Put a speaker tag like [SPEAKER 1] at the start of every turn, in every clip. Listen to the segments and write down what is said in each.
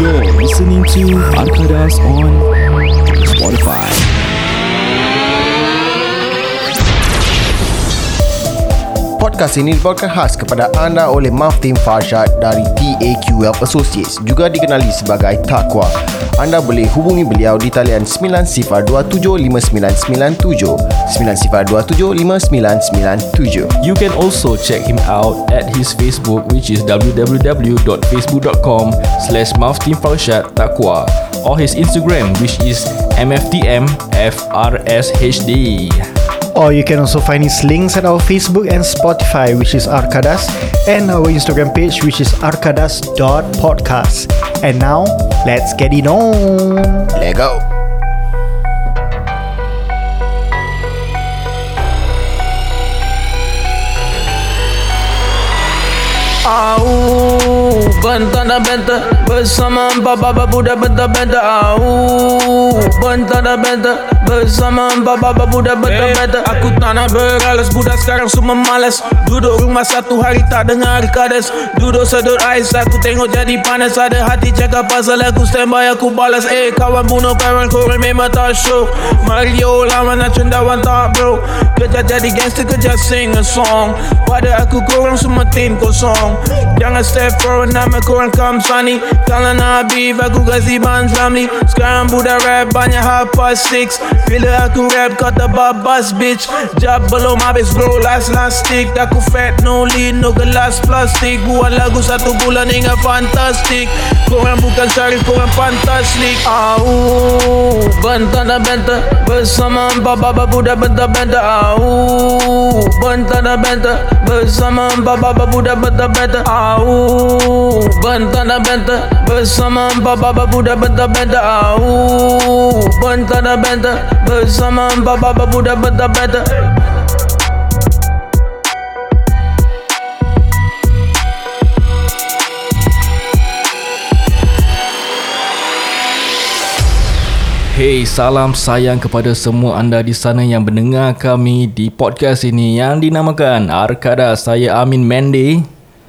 [SPEAKER 1] You're listening to Arkadas on Spotify.
[SPEAKER 2] Podcast ini dibawakan khas kepada anda oleh Maf Tim Farshad dari TAQL Associates juga dikenali sebagai Takwa. Anda boleh hubungi beliau di talian 90275997 90275997.
[SPEAKER 3] You can also check him out at his Facebook which is www.facebook.com slash Takwa or his Instagram which is mftmfrshd.
[SPEAKER 4] Or you can also find his links at our Facebook and Spotify, which is Arkadas, and our Instagram page, which is arkadas.podcast. And now, let's get it on.
[SPEAKER 2] Let go.
[SPEAKER 5] Au Bentana benta Bersama empat baba budak benta benta Au Bentana benta Bersama empat baba budak benta benta Eh, Aku tak nak beralas Budak sekarang semua malas Duduk rumah satu hari tak dengar kades Duduk sedut ais Aku tengok jadi panas Ada hati cakap pasal aku stand by aku balas Eh kawan bunuh kawan korang memang tak show Mario lawan nak cendawan tak bro Kerja jadi gangster kerja sing a song Pada aku korang semua tim kosong Jangan step forward nama korang come sunny Kalau nak beef aku kasi ban family Sekarang budak rap banyak half past six Bila aku rap kau tak babas bitch Jab belum habis bro last last stick Aku fat no lean no gelas plastik Buat lagu satu bulan hingga fantastik Korang bukan syarif korang fantastik Au Bentar dan bentar Bersama empat baba budak bentar bentar Au Bentar dan bentar Bersama empat baba budak bentar bentar Au Bentar dan bentar Bersama empat baba budak bentar bentar Au Bentar dan bentar Bersama empat baba budak bentar bentar
[SPEAKER 3] Hey, salam sayang kepada semua anda di sana yang mendengar kami di podcast ini yang dinamakan Arkada. Saya Amin Mende.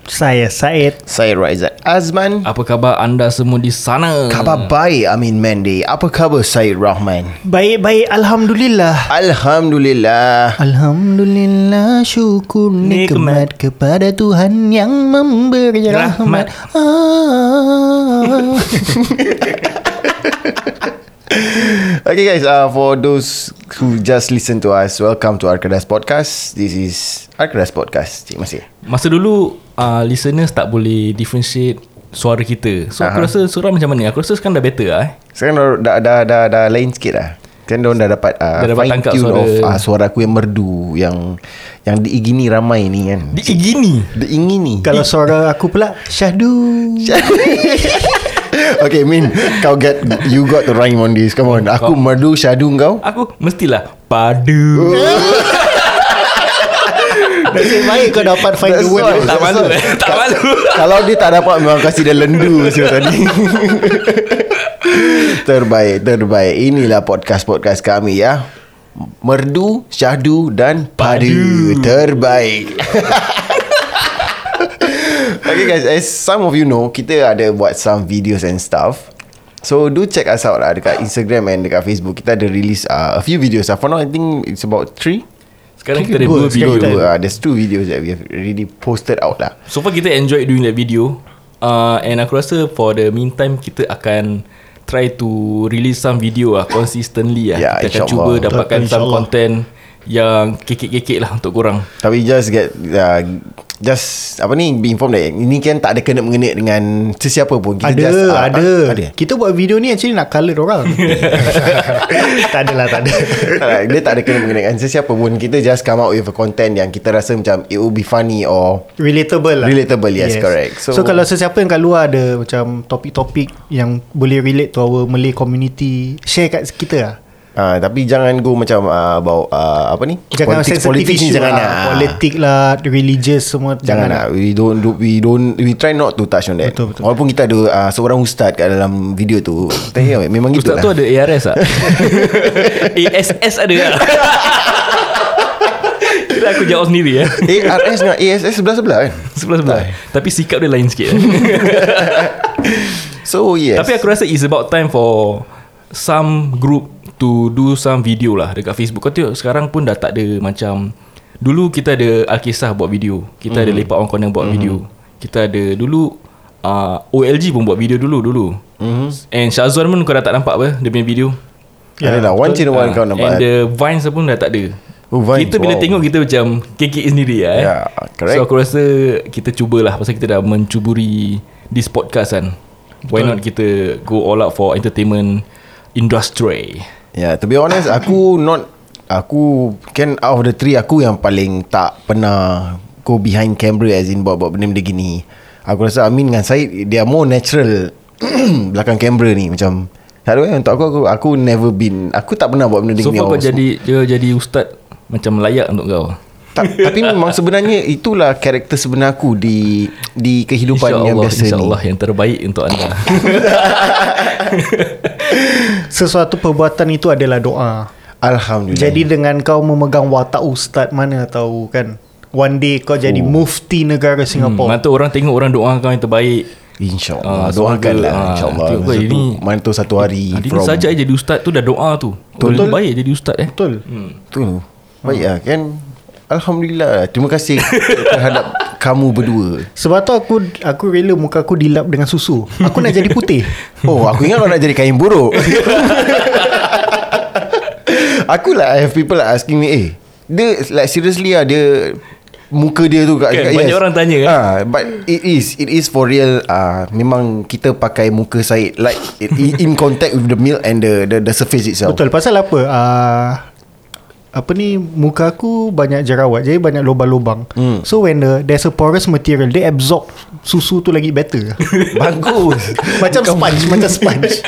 [SPEAKER 4] Saya Said.
[SPEAKER 2] Saya Raizat Azman.
[SPEAKER 3] Apa khabar anda semua di sana?
[SPEAKER 2] Khabar baik Amin Mandy. Apa khabar Syed Rahman?
[SPEAKER 4] Baik-baik, Alhamdulillah.
[SPEAKER 2] Alhamdulillah.
[SPEAKER 4] Alhamdulillah, syukur nikmat kepada Tuhan yang memberi rahmat. Ah.
[SPEAKER 2] Okay guys, uh, for those who just listen to us, welcome to Arkadas Podcast. This is Arkadas Podcast. Terima kasih.
[SPEAKER 3] Masa dulu uh, listeners tak boleh differentiate suara kita. So aku rasa suara macam mana? Aku rasa sekarang dah better lah eh.
[SPEAKER 2] Sekarang dah dah dah, dah, dah lain sikit lah. Kan diorang dah dapat, uh,
[SPEAKER 3] Dah dapat
[SPEAKER 2] fine
[SPEAKER 3] tangkap
[SPEAKER 2] tune
[SPEAKER 3] suara.
[SPEAKER 2] of uh, suara aku yang merdu yang yang diingini ramai ni kan.
[SPEAKER 3] Dia gini.
[SPEAKER 2] Diingini.
[SPEAKER 4] Kalau suara aku pula, syahdu.
[SPEAKER 2] okay, Min, kau get you got to rhyme on this. Come on. Aku merdu syadu kau.
[SPEAKER 3] Aku mestilah padu.
[SPEAKER 4] Nasib baik kau dapat find the
[SPEAKER 2] That's
[SPEAKER 4] word.
[SPEAKER 2] why.
[SPEAKER 3] tak malu eh. Tak malu.
[SPEAKER 2] Kalau dia tak dapat Memang kasih dia lendu Siapa tadi Terbaik Terbaik Inilah podcast-podcast kami ya Merdu Syahdu Dan Padu, Terbaik Okay guys As some of you know Kita ada buat some videos and stuff So do check us out lah Dekat Instagram and dekat Facebook Kita ada release uh, A few videos lah For now I think It's about three
[SPEAKER 3] Sekarang kita ada dua
[SPEAKER 2] Sekarang
[SPEAKER 3] video.
[SPEAKER 2] kita ada dua. Ah, There's two videos That we have already posted out lah
[SPEAKER 3] So far kita enjoy doing that video uh, And aku rasa for the meantime Kita akan try to release some video lah Consistently lah
[SPEAKER 2] Ya,
[SPEAKER 3] Kita akan
[SPEAKER 2] insyaAllah.
[SPEAKER 3] cuba dapatkan
[SPEAKER 4] Betul,
[SPEAKER 3] some
[SPEAKER 4] insyaAllah.
[SPEAKER 3] content Yang kekek-kekek lah untuk korang
[SPEAKER 2] Tapi just get uh, Just Apa ni Be informed that Ini kan tak ada kena mengena Dengan sesiapa pun
[SPEAKER 4] Ada,
[SPEAKER 2] just, ah,
[SPEAKER 4] ada.
[SPEAKER 2] ah, Ada
[SPEAKER 4] Kita buat video ni actually nak colour orang. tak adalah, tak ada.
[SPEAKER 2] Tak lah, Dia tak ada kena mengena Dengan sesiapa pun Kita just come out with a content Yang kita rasa macam It will be funny Or
[SPEAKER 4] Relatable lah.
[SPEAKER 2] Relatable, yes, correct.
[SPEAKER 4] So,
[SPEAKER 2] So-
[SPEAKER 4] so kalau sesiapa yang kat luar ada macam topik-topik yang boleh relate to our Malay community, share kat kita lah.
[SPEAKER 2] uh, Tapi jangan go macam uh, About uh, Apa ni
[SPEAKER 4] Jangan sensitive
[SPEAKER 2] politics ni
[SPEAKER 4] issue
[SPEAKER 2] Jangan
[SPEAKER 4] lah.
[SPEAKER 2] lah
[SPEAKER 4] Politik lah, religious semua.
[SPEAKER 2] Jangan lah We don't do, We don't We try not to touch on that
[SPEAKER 4] Betul, betul.
[SPEAKER 2] Walaupun kita ada uh, Seorang ustaz kat dalam video tu Tanya memang gitu
[SPEAKER 3] Ustaz
[SPEAKER 2] lah
[SPEAKER 3] tu ada ARS tak? ASS ada tak? Kira aku jawab sendiri eh
[SPEAKER 2] ah, ARS dengan ASS sebelah-sebelah kan
[SPEAKER 3] Sebelah-sebelah Tapi sikap dia lain sikit eh.
[SPEAKER 2] So yes
[SPEAKER 3] Tapi aku rasa it's about time for some group to do some video lah dekat Facebook. Kau tengok sekarang pun dah tak ada macam dulu kita ada Alkisah buat video. Kita mm. ada Lepak On Corner buat mm. video. Kita ada dulu uh, OLG pun buat video dulu dulu. Mm. And Shazwan pun kau dah tak nampak apa dia punya video.
[SPEAKER 2] Ada lah One in a while
[SPEAKER 3] Ah,
[SPEAKER 2] kau nampak
[SPEAKER 3] And
[SPEAKER 2] kan?
[SPEAKER 3] the Vines pun dah tak ada
[SPEAKER 2] Oh, Vines,
[SPEAKER 3] Kita bila
[SPEAKER 2] wow.
[SPEAKER 3] tengok Kita macam Kekek sendiri lah eh.
[SPEAKER 2] Yeah, correct.
[SPEAKER 3] So aku rasa Kita cubalah Pasal kita dah mencuburi This podcast kan Why not kita Go all out for entertainment Industry
[SPEAKER 2] Yeah, Ya, to be honest, aku not aku kan out of the three aku yang paling tak pernah go behind camera as in buat-buat benda-benda gini. Aku rasa Amin dengan Said they are more natural belakang kamera ni macam tak tahu eh untuk aku aku aku never been aku tak pernah buat benda
[SPEAKER 3] So
[SPEAKER 2] gini.
[SPEAKER 3] far kau
[SPEAKER 2] awal.
[SPEAKER 3] jadi Dia jadi ustaz Macam layak untuk kau
[SPEAKER 2] Ta- tapi memang sebenarnya itulah karakter sebenar aku di di kehidupan yang
[SPEAKER 3] InsyaAllah
[SPEAKER 2] biasa ni.
[SPEAKER 3] InsyaAllah yang terbaik untuk anda
[SPEAKER 4] lah. Sesuatu perbuatan itu adalah doa.
[SPEAKER 2] Alhamdulillah.
[SPEAKER 4] Jadi dengan kau memegang watak ustaz mana tahu kan. One day kau
[SPEAKER 2] Oh.
[SPEAKER 4] jadi mufti negara
[SPEAKER 3] hmm,
[SPEAKER 4] Singapura.
[SPEAKER 3] Mana tu orang tengok Orang doa kau yang terbaik
[SPEAKER 2] InsyaAllah uh,
[SPEAKER 3] Ah, semoga,
[SPEAKER 2] Doakanlah
[SPEAKER 3] ah,
[SPEAKER 2] uh, InsyaAllah
[SPEAKER 3] tengok kau
[SPEAKER 2] Masa tu,
[SPEAKER 3] ini-
[SPEAKER 2] Mana tu satu hari
[SPEAKER 3] Hari ni saja jadi ustaz tu dah doa tu
[SPEAKER 2] Betul.
[SPEAKER 3] Betul Baik jadi ustaz
[SPEAKER 2] Hmm.
[SPEAKER 3] eh
[SPEAKER 4] Betul.
[SPEAKER 3] Hmm.
[SPEAKER 2] Betul Baik lah kan Alhamdulillah Terima kasih Terhadap kamu berdua
[SPEAKER 4] Sebab tu aku aku rela muka aku dilap dengan susu. Aku nak jadi putih.
[SPEAKER 2] Oh aku ingat kau nak jadi kain buruk Aku lah I have people like asking me Eh Dia like seriously lah Dia Muka dia tu kat,
[SPEAKER 3] Kan,
[SPEAKER 2] kat
[SPEAKER 3] banyak orang tanya, kan?
[SPEAKER 2] ah, But it is It is for real ah, Memang kita pakai muka Syed Like it, in- In contact with the milk And the the, the surface itself
[SPEAKER 4] Betul. Pasal apa? Uh, apa ni muka aku banyak jerawat jadi banyak lubang-lubang. So when the, there's a porous material they absorb susu tu lagi better.
[SPEAKER 2] Bagus
[SPEAKER 4] macam sponge, macam sponge.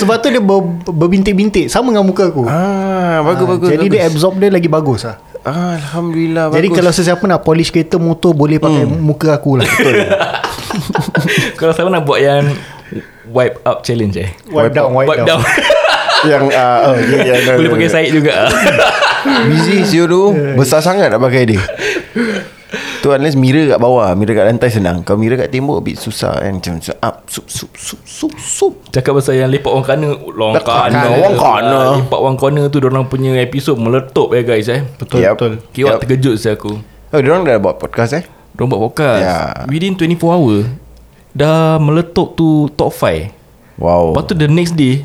[SPEAKER 4] Sebab tu dia ber, berbintik-bintik sama dengan muka aku.
[SPEAKER 2] Ah, bagus
[SPEAKER 4] Ah,
[SPEAKER 2] bagus.
[SPEAKER 4] Jadi
[SPEAKER 2] bagus.
[SPEAKER 4] dia absorb dia lagi bagus lah.
[SPEAKER 2] ah, alhamdulillah
[SPEAKER 4] Jadi
[SPEAKER 2] bagus.
[SPEAKER 4] kalau sesiapa nak polish kereta motor boleh pakai muka aku lah.
[SPEAKER 3] Kalau saya nak buat yang Wipe up challenge eh
[SPEAKER 4] wipe down, wipe,
[SPEAKER 3] Wipe down,
[SPEAKER 4] down.
[SPEAKER 2] yang ah, oh, yeah, yeah, no,
[SPEAKER 3] Boleh
[SPEAKER 2] no,
[SPEAKER 3] pakai
[SPEAKER 2] no.
[SPEAKER 3] Said juga
[SPEAKER 2] Busy siu tu Besar sangat nak pakai dia Tu unless mirror kat bawah Mirror kat lantai senang Kalau mirror kat tembok A bit susah kan Macam macam up Sup sup sup sup sup
[SPEAKER 3] Cakap pasal yang lepak orang kana Long
[SPEAKER 2] Lepak
[SPEAKER 3] kana
[SPEAKER 2] orang kana.
[SPEAKER 3] Lepak orang kana tu Diorang punya episod meletup eh guys eh
[SPEAKER 4] Betul,
[SPEAKER 2] Yep.
[SPEAKER 4] betul.
[SPEAKER 3] Kiwak
[SPEAKER 2] Yup.
[SPEAKER 3] terkejut saya aku
[SPEAKER 2] Oh diorang dah buat podcast eh
[SPEAKER 3] Diorang buat podcast
[SPEAKER 2] Ya.
[SPEAKER 3] Within 24 hour Dah meletup tu top 5
[SPEAKER 2] Wow
[SPEAKER 3] Lepas tu the next day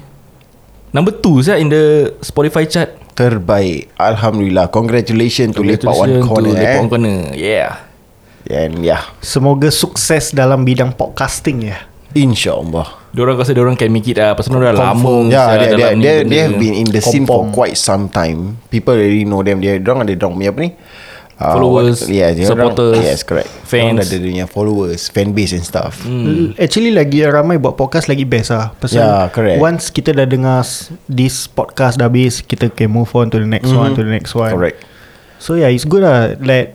[SPEAKER 3] Number 2 saya in the Spotify chart
[SPEAKER 2] Terbaik Alhamdulillah Congratulations, to Lepak One
[SPEAKER 3] Congratulations to
[SPEAKER 2] Corner
[SPEAKER 3] Lepak
[SPEAKER 2] eh.
[SPEAKER 3] One Corner Yeah
[SPEAKER 2] And yeah
[SPEAKER 4] Semoga sukses dalam bidang podcasting ya.
[SPEAKER 2] InsyaAllah
[SPEAKER 3] Diorang rasa diorang can make it lah Pasal diorang dah lama
[SPEAKER 2] Confirm. Ya yeah,
[SPEAKER 3] sial
[SPEAKER 2] they,
[SPEAKER 3] dalam ni
[SPEAKER 2] they,
[SPEAKER 3] benda.
[SPEAKER 2] they have been in the scene for
[SPEAKER 4] Confirm.
[SPEAKER 2] quite some time People already know them Dia Diorang ada diorang punya apa ni Ah,
[SPEAKER 3] Followers,
[SPEAKER 2] what- yeah, dia orang-
[SPEAKER 3] supporters,
[SPEAKER 2] Yes correct
[SPEAKER 3] fans.
[SPEAKER 2] Diorang dah ada dia punya followers Fan base and stuff
[SPEAKER 4] Hmm. Actually lagi ramai buat podcast lagi best lah. Pasal
[SPEAKER 2] Ya, correct.
[SPEAKER 4] once kita dah dengar s- this podcast dah habis, kita can move on to the next one, to the next one.
[SPEAKER 2] Hmm. Correct
[SPEAKER 4] So yeah, it's good lah that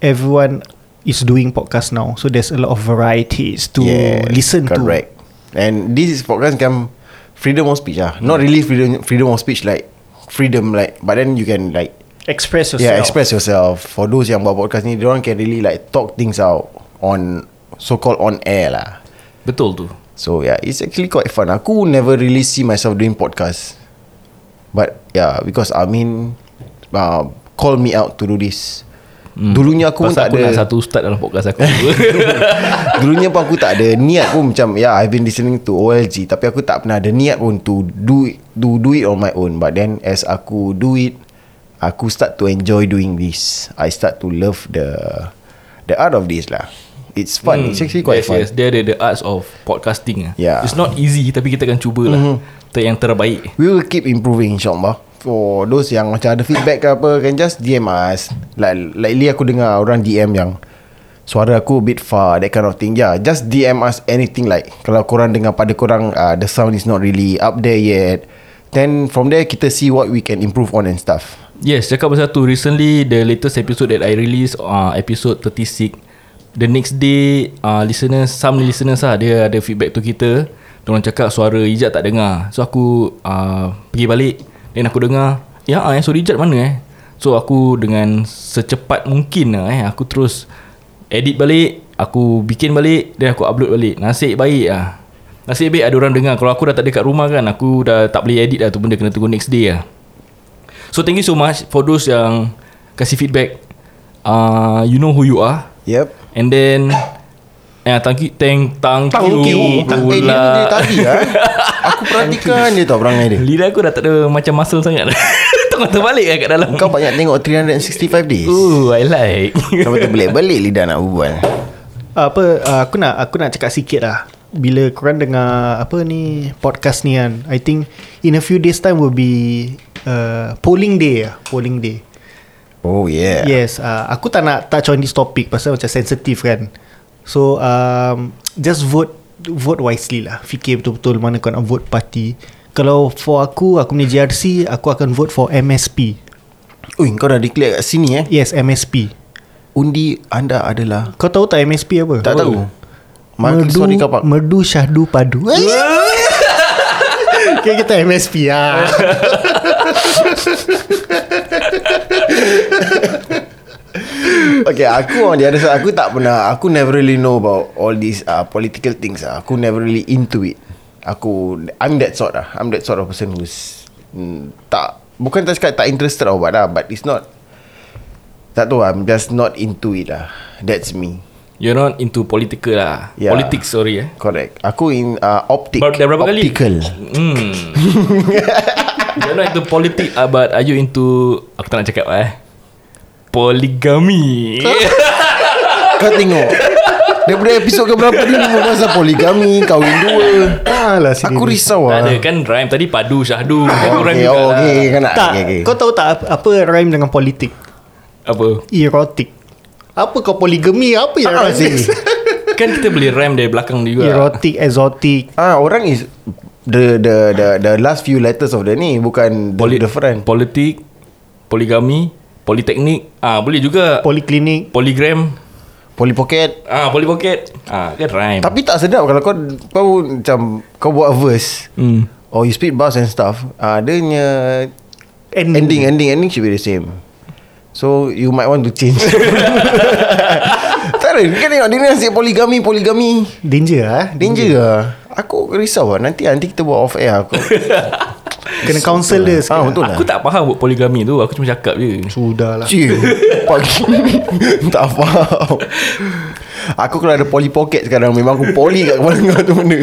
[SPEAKER 4] everyone is doing podcast now. So there's a lot of varieties to listen
[SPEAKER 2] correct.
[SPEAKER 4] to.
[SPEAKER 2] And this is podcast macam freedom of speech lah. Not really freedom freedom of speech like freedom like but then you can like
[SPEAKER 4] Express yourself.
[SPEAKER 2] yeah express yourself. For those yang buat podcast ni, diorang can really like talk things out on so called on air lah.
[SPEAKER 3] Betul tu
[SPEAKER 2] So yeah, it's actually quite fun. Aku never really see myself doing podcast. But yeah, because Amin uh, call me out to do this. Hmm. Dulunya aku pun tak
[SPEAKER 3] Pasal aku
[SPEAKER 2] ada
[SPEAKER 3] nak satu ustaz dalam podcast aku
[SPEAKER 2] Dulunya pun aku tak ada niat pun macam yeah I've been listening to OLG tapi aku tak pernah ada niat pun to do it, to do it on my own but then as aku do it aku start to enjoy doing this I start to love the the art of this lah it's fun it's actually quite
[SPEAKER 3] Hmm.
[SPEAKER 2] fun
[SPEAKER 3] yes, Yes, dia ada the arts of podcasting. ah.
[SPEAKER 2] Yeah.
[SPEAKER 3] It's not easy tapi kita akan cubalah. Mm-hmm. Ter yang terbaik.
[SPEAKER 2] we will keep improving insyaAllah for those yang macam ada feedback ke apa can just DM us like lately aku dengar orang DM yang suara aku a bit far that kind of thing yeah just DM us anything like kalau korang dengar pada korang uh, the sound is not really up there yet then from there kita see what we can improve on and stuff
[SPEAKER 3] Yes, cakap pasal tu recently the latest episode that I release uh, episode 36. The next day uh, listeners some listeners lah dia ada feedback tu kita. Diorang cakap suara Ijat tak dengar. So aku uh, pergi balik then aku dengar ya ah, eh, suara Ijat mana eh? So aku dengan secepat mungkin lah eh aku terus edit balik, aku bikin balik then aku upload balik. Nasib baik ah. Nasib baik ada orang dengar Kalau aku dah tak ada kat rumah kan Aku dah tak boleh edit dah tu benda Kena tunggu next day lah So thank you so much For those yang Kasih feedback uh, You know who you are
[SPEAKER 2] Yep
[SPEAKER 3] And then Eh, thank you, thank, thank,
[SPEAKER 2] Tahu Ah, okay
[SPEAKER 3] you
[SPEAKER 2] Tak eh, dia, dia
[SPEAKER 3] pula.
[SPEAKER 2] tadi lah Aku perhatikan dia tau perangai dia
[SPEAKER 3] Lidah aku dah tak ada macam muscle sangat Tengok terbalik lah kat dalam
[SPEAKER 2] Kau banyak tengok 365 days
[SPEAKER 3] Ooh, I like
[SPEAKER 2] Kenapa terbelik-belik lidah nak berbual
[SPEAKER 4] apa uh, aku nak aku nak cakap sikit lah bila korang dengar apa ni podcast ni kan I think in a few days time will be uh, polling day lah polling day
[SPEAKER 2] Oh yeah
[SPEAKER 4] Yes, uh, aku tak nak touch on this topic pasal macam sensitif kan. So um, just vote vote wisely lah. Fikir betul-betul mana kau nak vote parti. Kalau for aku, aku punya JRC, aku akan vote for MSP.
[SPEAKER 2] Ui kau dah declare kat sini eh
[SPEAKER 4] Yes, MSP.
[SPEAKER 2] Undi anda adalah
[SPEAKER 4] Kau tahu tak MSP apa?
[SPEAKER 2] Tak tahu Makin
[SPEAKER 4] merdu,
[SPEAKER 2] sorry kapak
[SPEAKER 4] merdu syahdu padu. okay, kita MSP lah.
[SPEAKER 2] Okay aku on the other side Aku tak pernah Aku never really know about All these uh, political things uh. Aku never really into it Aku I'm that sort lah I'm that sort of person who's mm, Tak Bukan tak cakap tak interested or what lah But it's not Tak tahu I'm just not into it lah That's me
[SPEAKER 3] You're not into political lah
[SPEAKER 2] Yeah.
[SPEAKER 3] yeah. Politics sorry eh
[SPEAKER 2] Correct Aku in uh, optic
[SPEAKER 3] Bar- dah berapa kali?
[SPEAKER 2] Optical
[SPEAKER 3] Hmm. You're not into politik uh, But are you into Aku tak nak cakap eh Poligami
[SPEAKER 2] Kau tengok Daripada episod ke berapa ni Dia pasal poligami Kahwin dua
[SPEAKER 4] Alah, sini
[SPEAKER 2] Aku
[SPEAKER 4] ni.
[SPEAKER 2] risau
[SPEAKER 3] Tak
[SPEAKER 2] lah
[SPEAKER 3] ada kan rhyme Tadi padu syahdu
[SPEAKER 4] Ah,
[SPEAKER 3] Kan kurang
[SPEAKER 2] Okay,
[SPEAKER 3] juga
[SPEAKER 2] oh,
[SPEAKER 3] lah.
[SPEAKER 2] okay, kan nak
[SPEAKER 4] Tak,
[SPEAKER 2] okay, okay.
[SPEAKER 4] kau tahu tak apa, apa rhyme dengan politik?
[SPEAKER 3] Apa
[SPEAKER 4] Erotik. Apa kau poligami? Apa yang
[SPEAKER 2] Ah,
[SPEAKER 4] rhyme?
[SPEAKER 2] sini.
[SPEAKER 3] Kan kita boleh rhyme dari belakang juga
[SPEAKER 4] Erotik, exotic.
[SPEAKER 2] Ah, orang is the the the the last few letters of the ni bukan the, the front.
[SPEAKER 3] Politik Poligami Politeknik ah Boleh juga
[SPEAKER 4] Poliklinik
[SPEAKER 3] Poligram
[SPEAKER 2] Poly pocket.
[SPEAKER 3] Ah, Polipocket ah, Kan rhyme
[SPEAKER 2] Tapi tak sedap kalau kau kau macam kau buat verse. Hmm. Or you spit bars and stuff. Ah, dia punya
[SPEAKER 4] Ending,
[SPEAKER 2] ending ending ending should be the same. So you might want to change. tak ada. Kan tengok dia ni asyik poligami poligami.
[SPEAKER 4] Danger lah eh?
[SPEAKER 2] Danger lah. Aku risau lah nanti nanti kita buat off air aku.
[SPEAKER 4] Kena counsel dia sikit
[SPEAKER 2] Ah,
[SPEAKER 4] lah.
[SPEAKER 2] betul lah.
[SPEAKER 3] Aku tak faham buat poligami tu Aku cuma cakap je
[SPEAKER 4] Sudah lah
[SPEAKER 2] Cik Pagi Tak faham Aku kalau ada poly pocket sekarang Memang aku poly kat kepala kau tu benda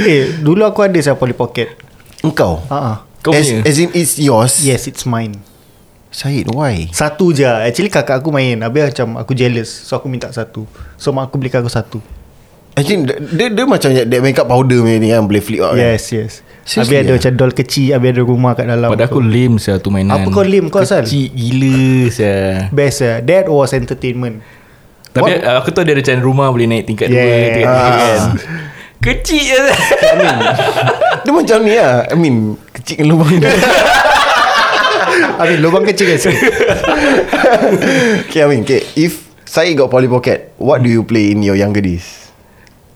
[SPEAKER 4] Eh dulu aku ada saya Polly Pocket
[SPEAKER 2] Engkau
[SPEAKER 4] uh-uh.
[SPEAKER 3] Kau
[SPEAKER 2] as,
[SPEAKER 3] punya
[SPEAKER 2] as in it's yours
[SPEAKER 4] Yes it's mine
[SPEAKER 2] Syed why
[SPEAKER 4] Satu je Actually kakak aku main Habis macam aku jealous So aku minta satu So mak aku belikan aku satu
[SPEAKER 2] Actually dia, dia macam That makeup powder punya ni kan Boleh flip out kan?
[SPEAKER 4] Yes yes Habis
[SPEAKER 2] Seriously
[SPEAKER 4] ada
[SPEAKER 2] ah?
[SPEAKER 4] macam doll kecil Habis ada rumah kat dalam
[SPEAKER 3] Pada aku lame saya tu mainan
[SPEAKER 4] Apa kau lame? Kau asal?
[SPEAKER 3] Kecil gila saya
[SPEAKER 4] Best lah That was entertainment
[SPEAKER 3] Tapi uh, aku tahu dia ada macam rumah Boleh naik tingkat dua
[SPEAKER 4] Yeah. Ah.
[SPEAKER 3] tingkat tiga kan Kecil je
[SPEAKER 2] Dia macam ni lah I mean Kecil lubang ni
[SPEAKER 4] Habis lubang kecil kan sikit
[SPEAKER 2] Okay I mean okay, If Syed got poly pocket What do you play in your younger days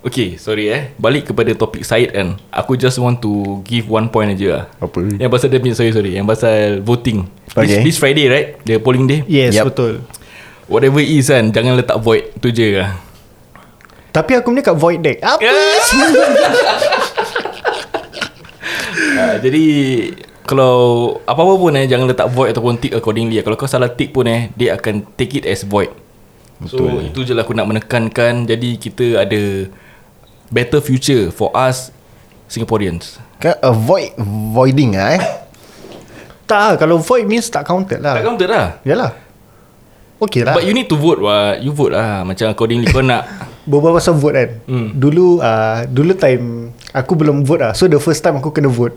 [SPEAKER 3] Okay sorry eh Balik kepada topik Syed kan Aku just want to Give one point aja lah
[SPEAKER 2] Apa?
[SPEAKER 3] Yang pasal dia punya Sorry sorry Yang pasal voting
[SPEAKER 2] Okay.
[SPEAKER 3] this, this Friday right The polling day
[SPEAKER 4] Yes
[SPEAKER 2] Yup.
[SPEAKER 4] betul
[SPEAKER 3] Whatever it is kan Jangan letak void Tu je lah
[SPEAKER 4] Tapi aku ni kat void deck Apa?
[SPEAKER 3] Ah, Jadi Kalau Apa-apa pun eh Jangan letak void Ataupun tick accordingly Kalau kau salah tick pun eh Dia akan take it as void So Betul. itu je lah aku nak menekankan Jadi kita ada Better future For us Singaporeans
[SPEAKER 2] Kan avoid Voiding lah eh
[SPEAKER 4] Tak lah, Kalau void means tak counted lah
[SPEAKER 3] Tak counted lah
[SPEAKER 4] Yalah Okay lah
[SPEAKER 3] But you need to vote wah. You vote lah Macam accordingly kau nak
[SPEAKER 4] Berbual pasal vote kan
[SPEAKER 3] Hmm.
[SPEAKER 4] mm. Dulu uh, Dulu time Aku belum vote lah So the first time aku kena vote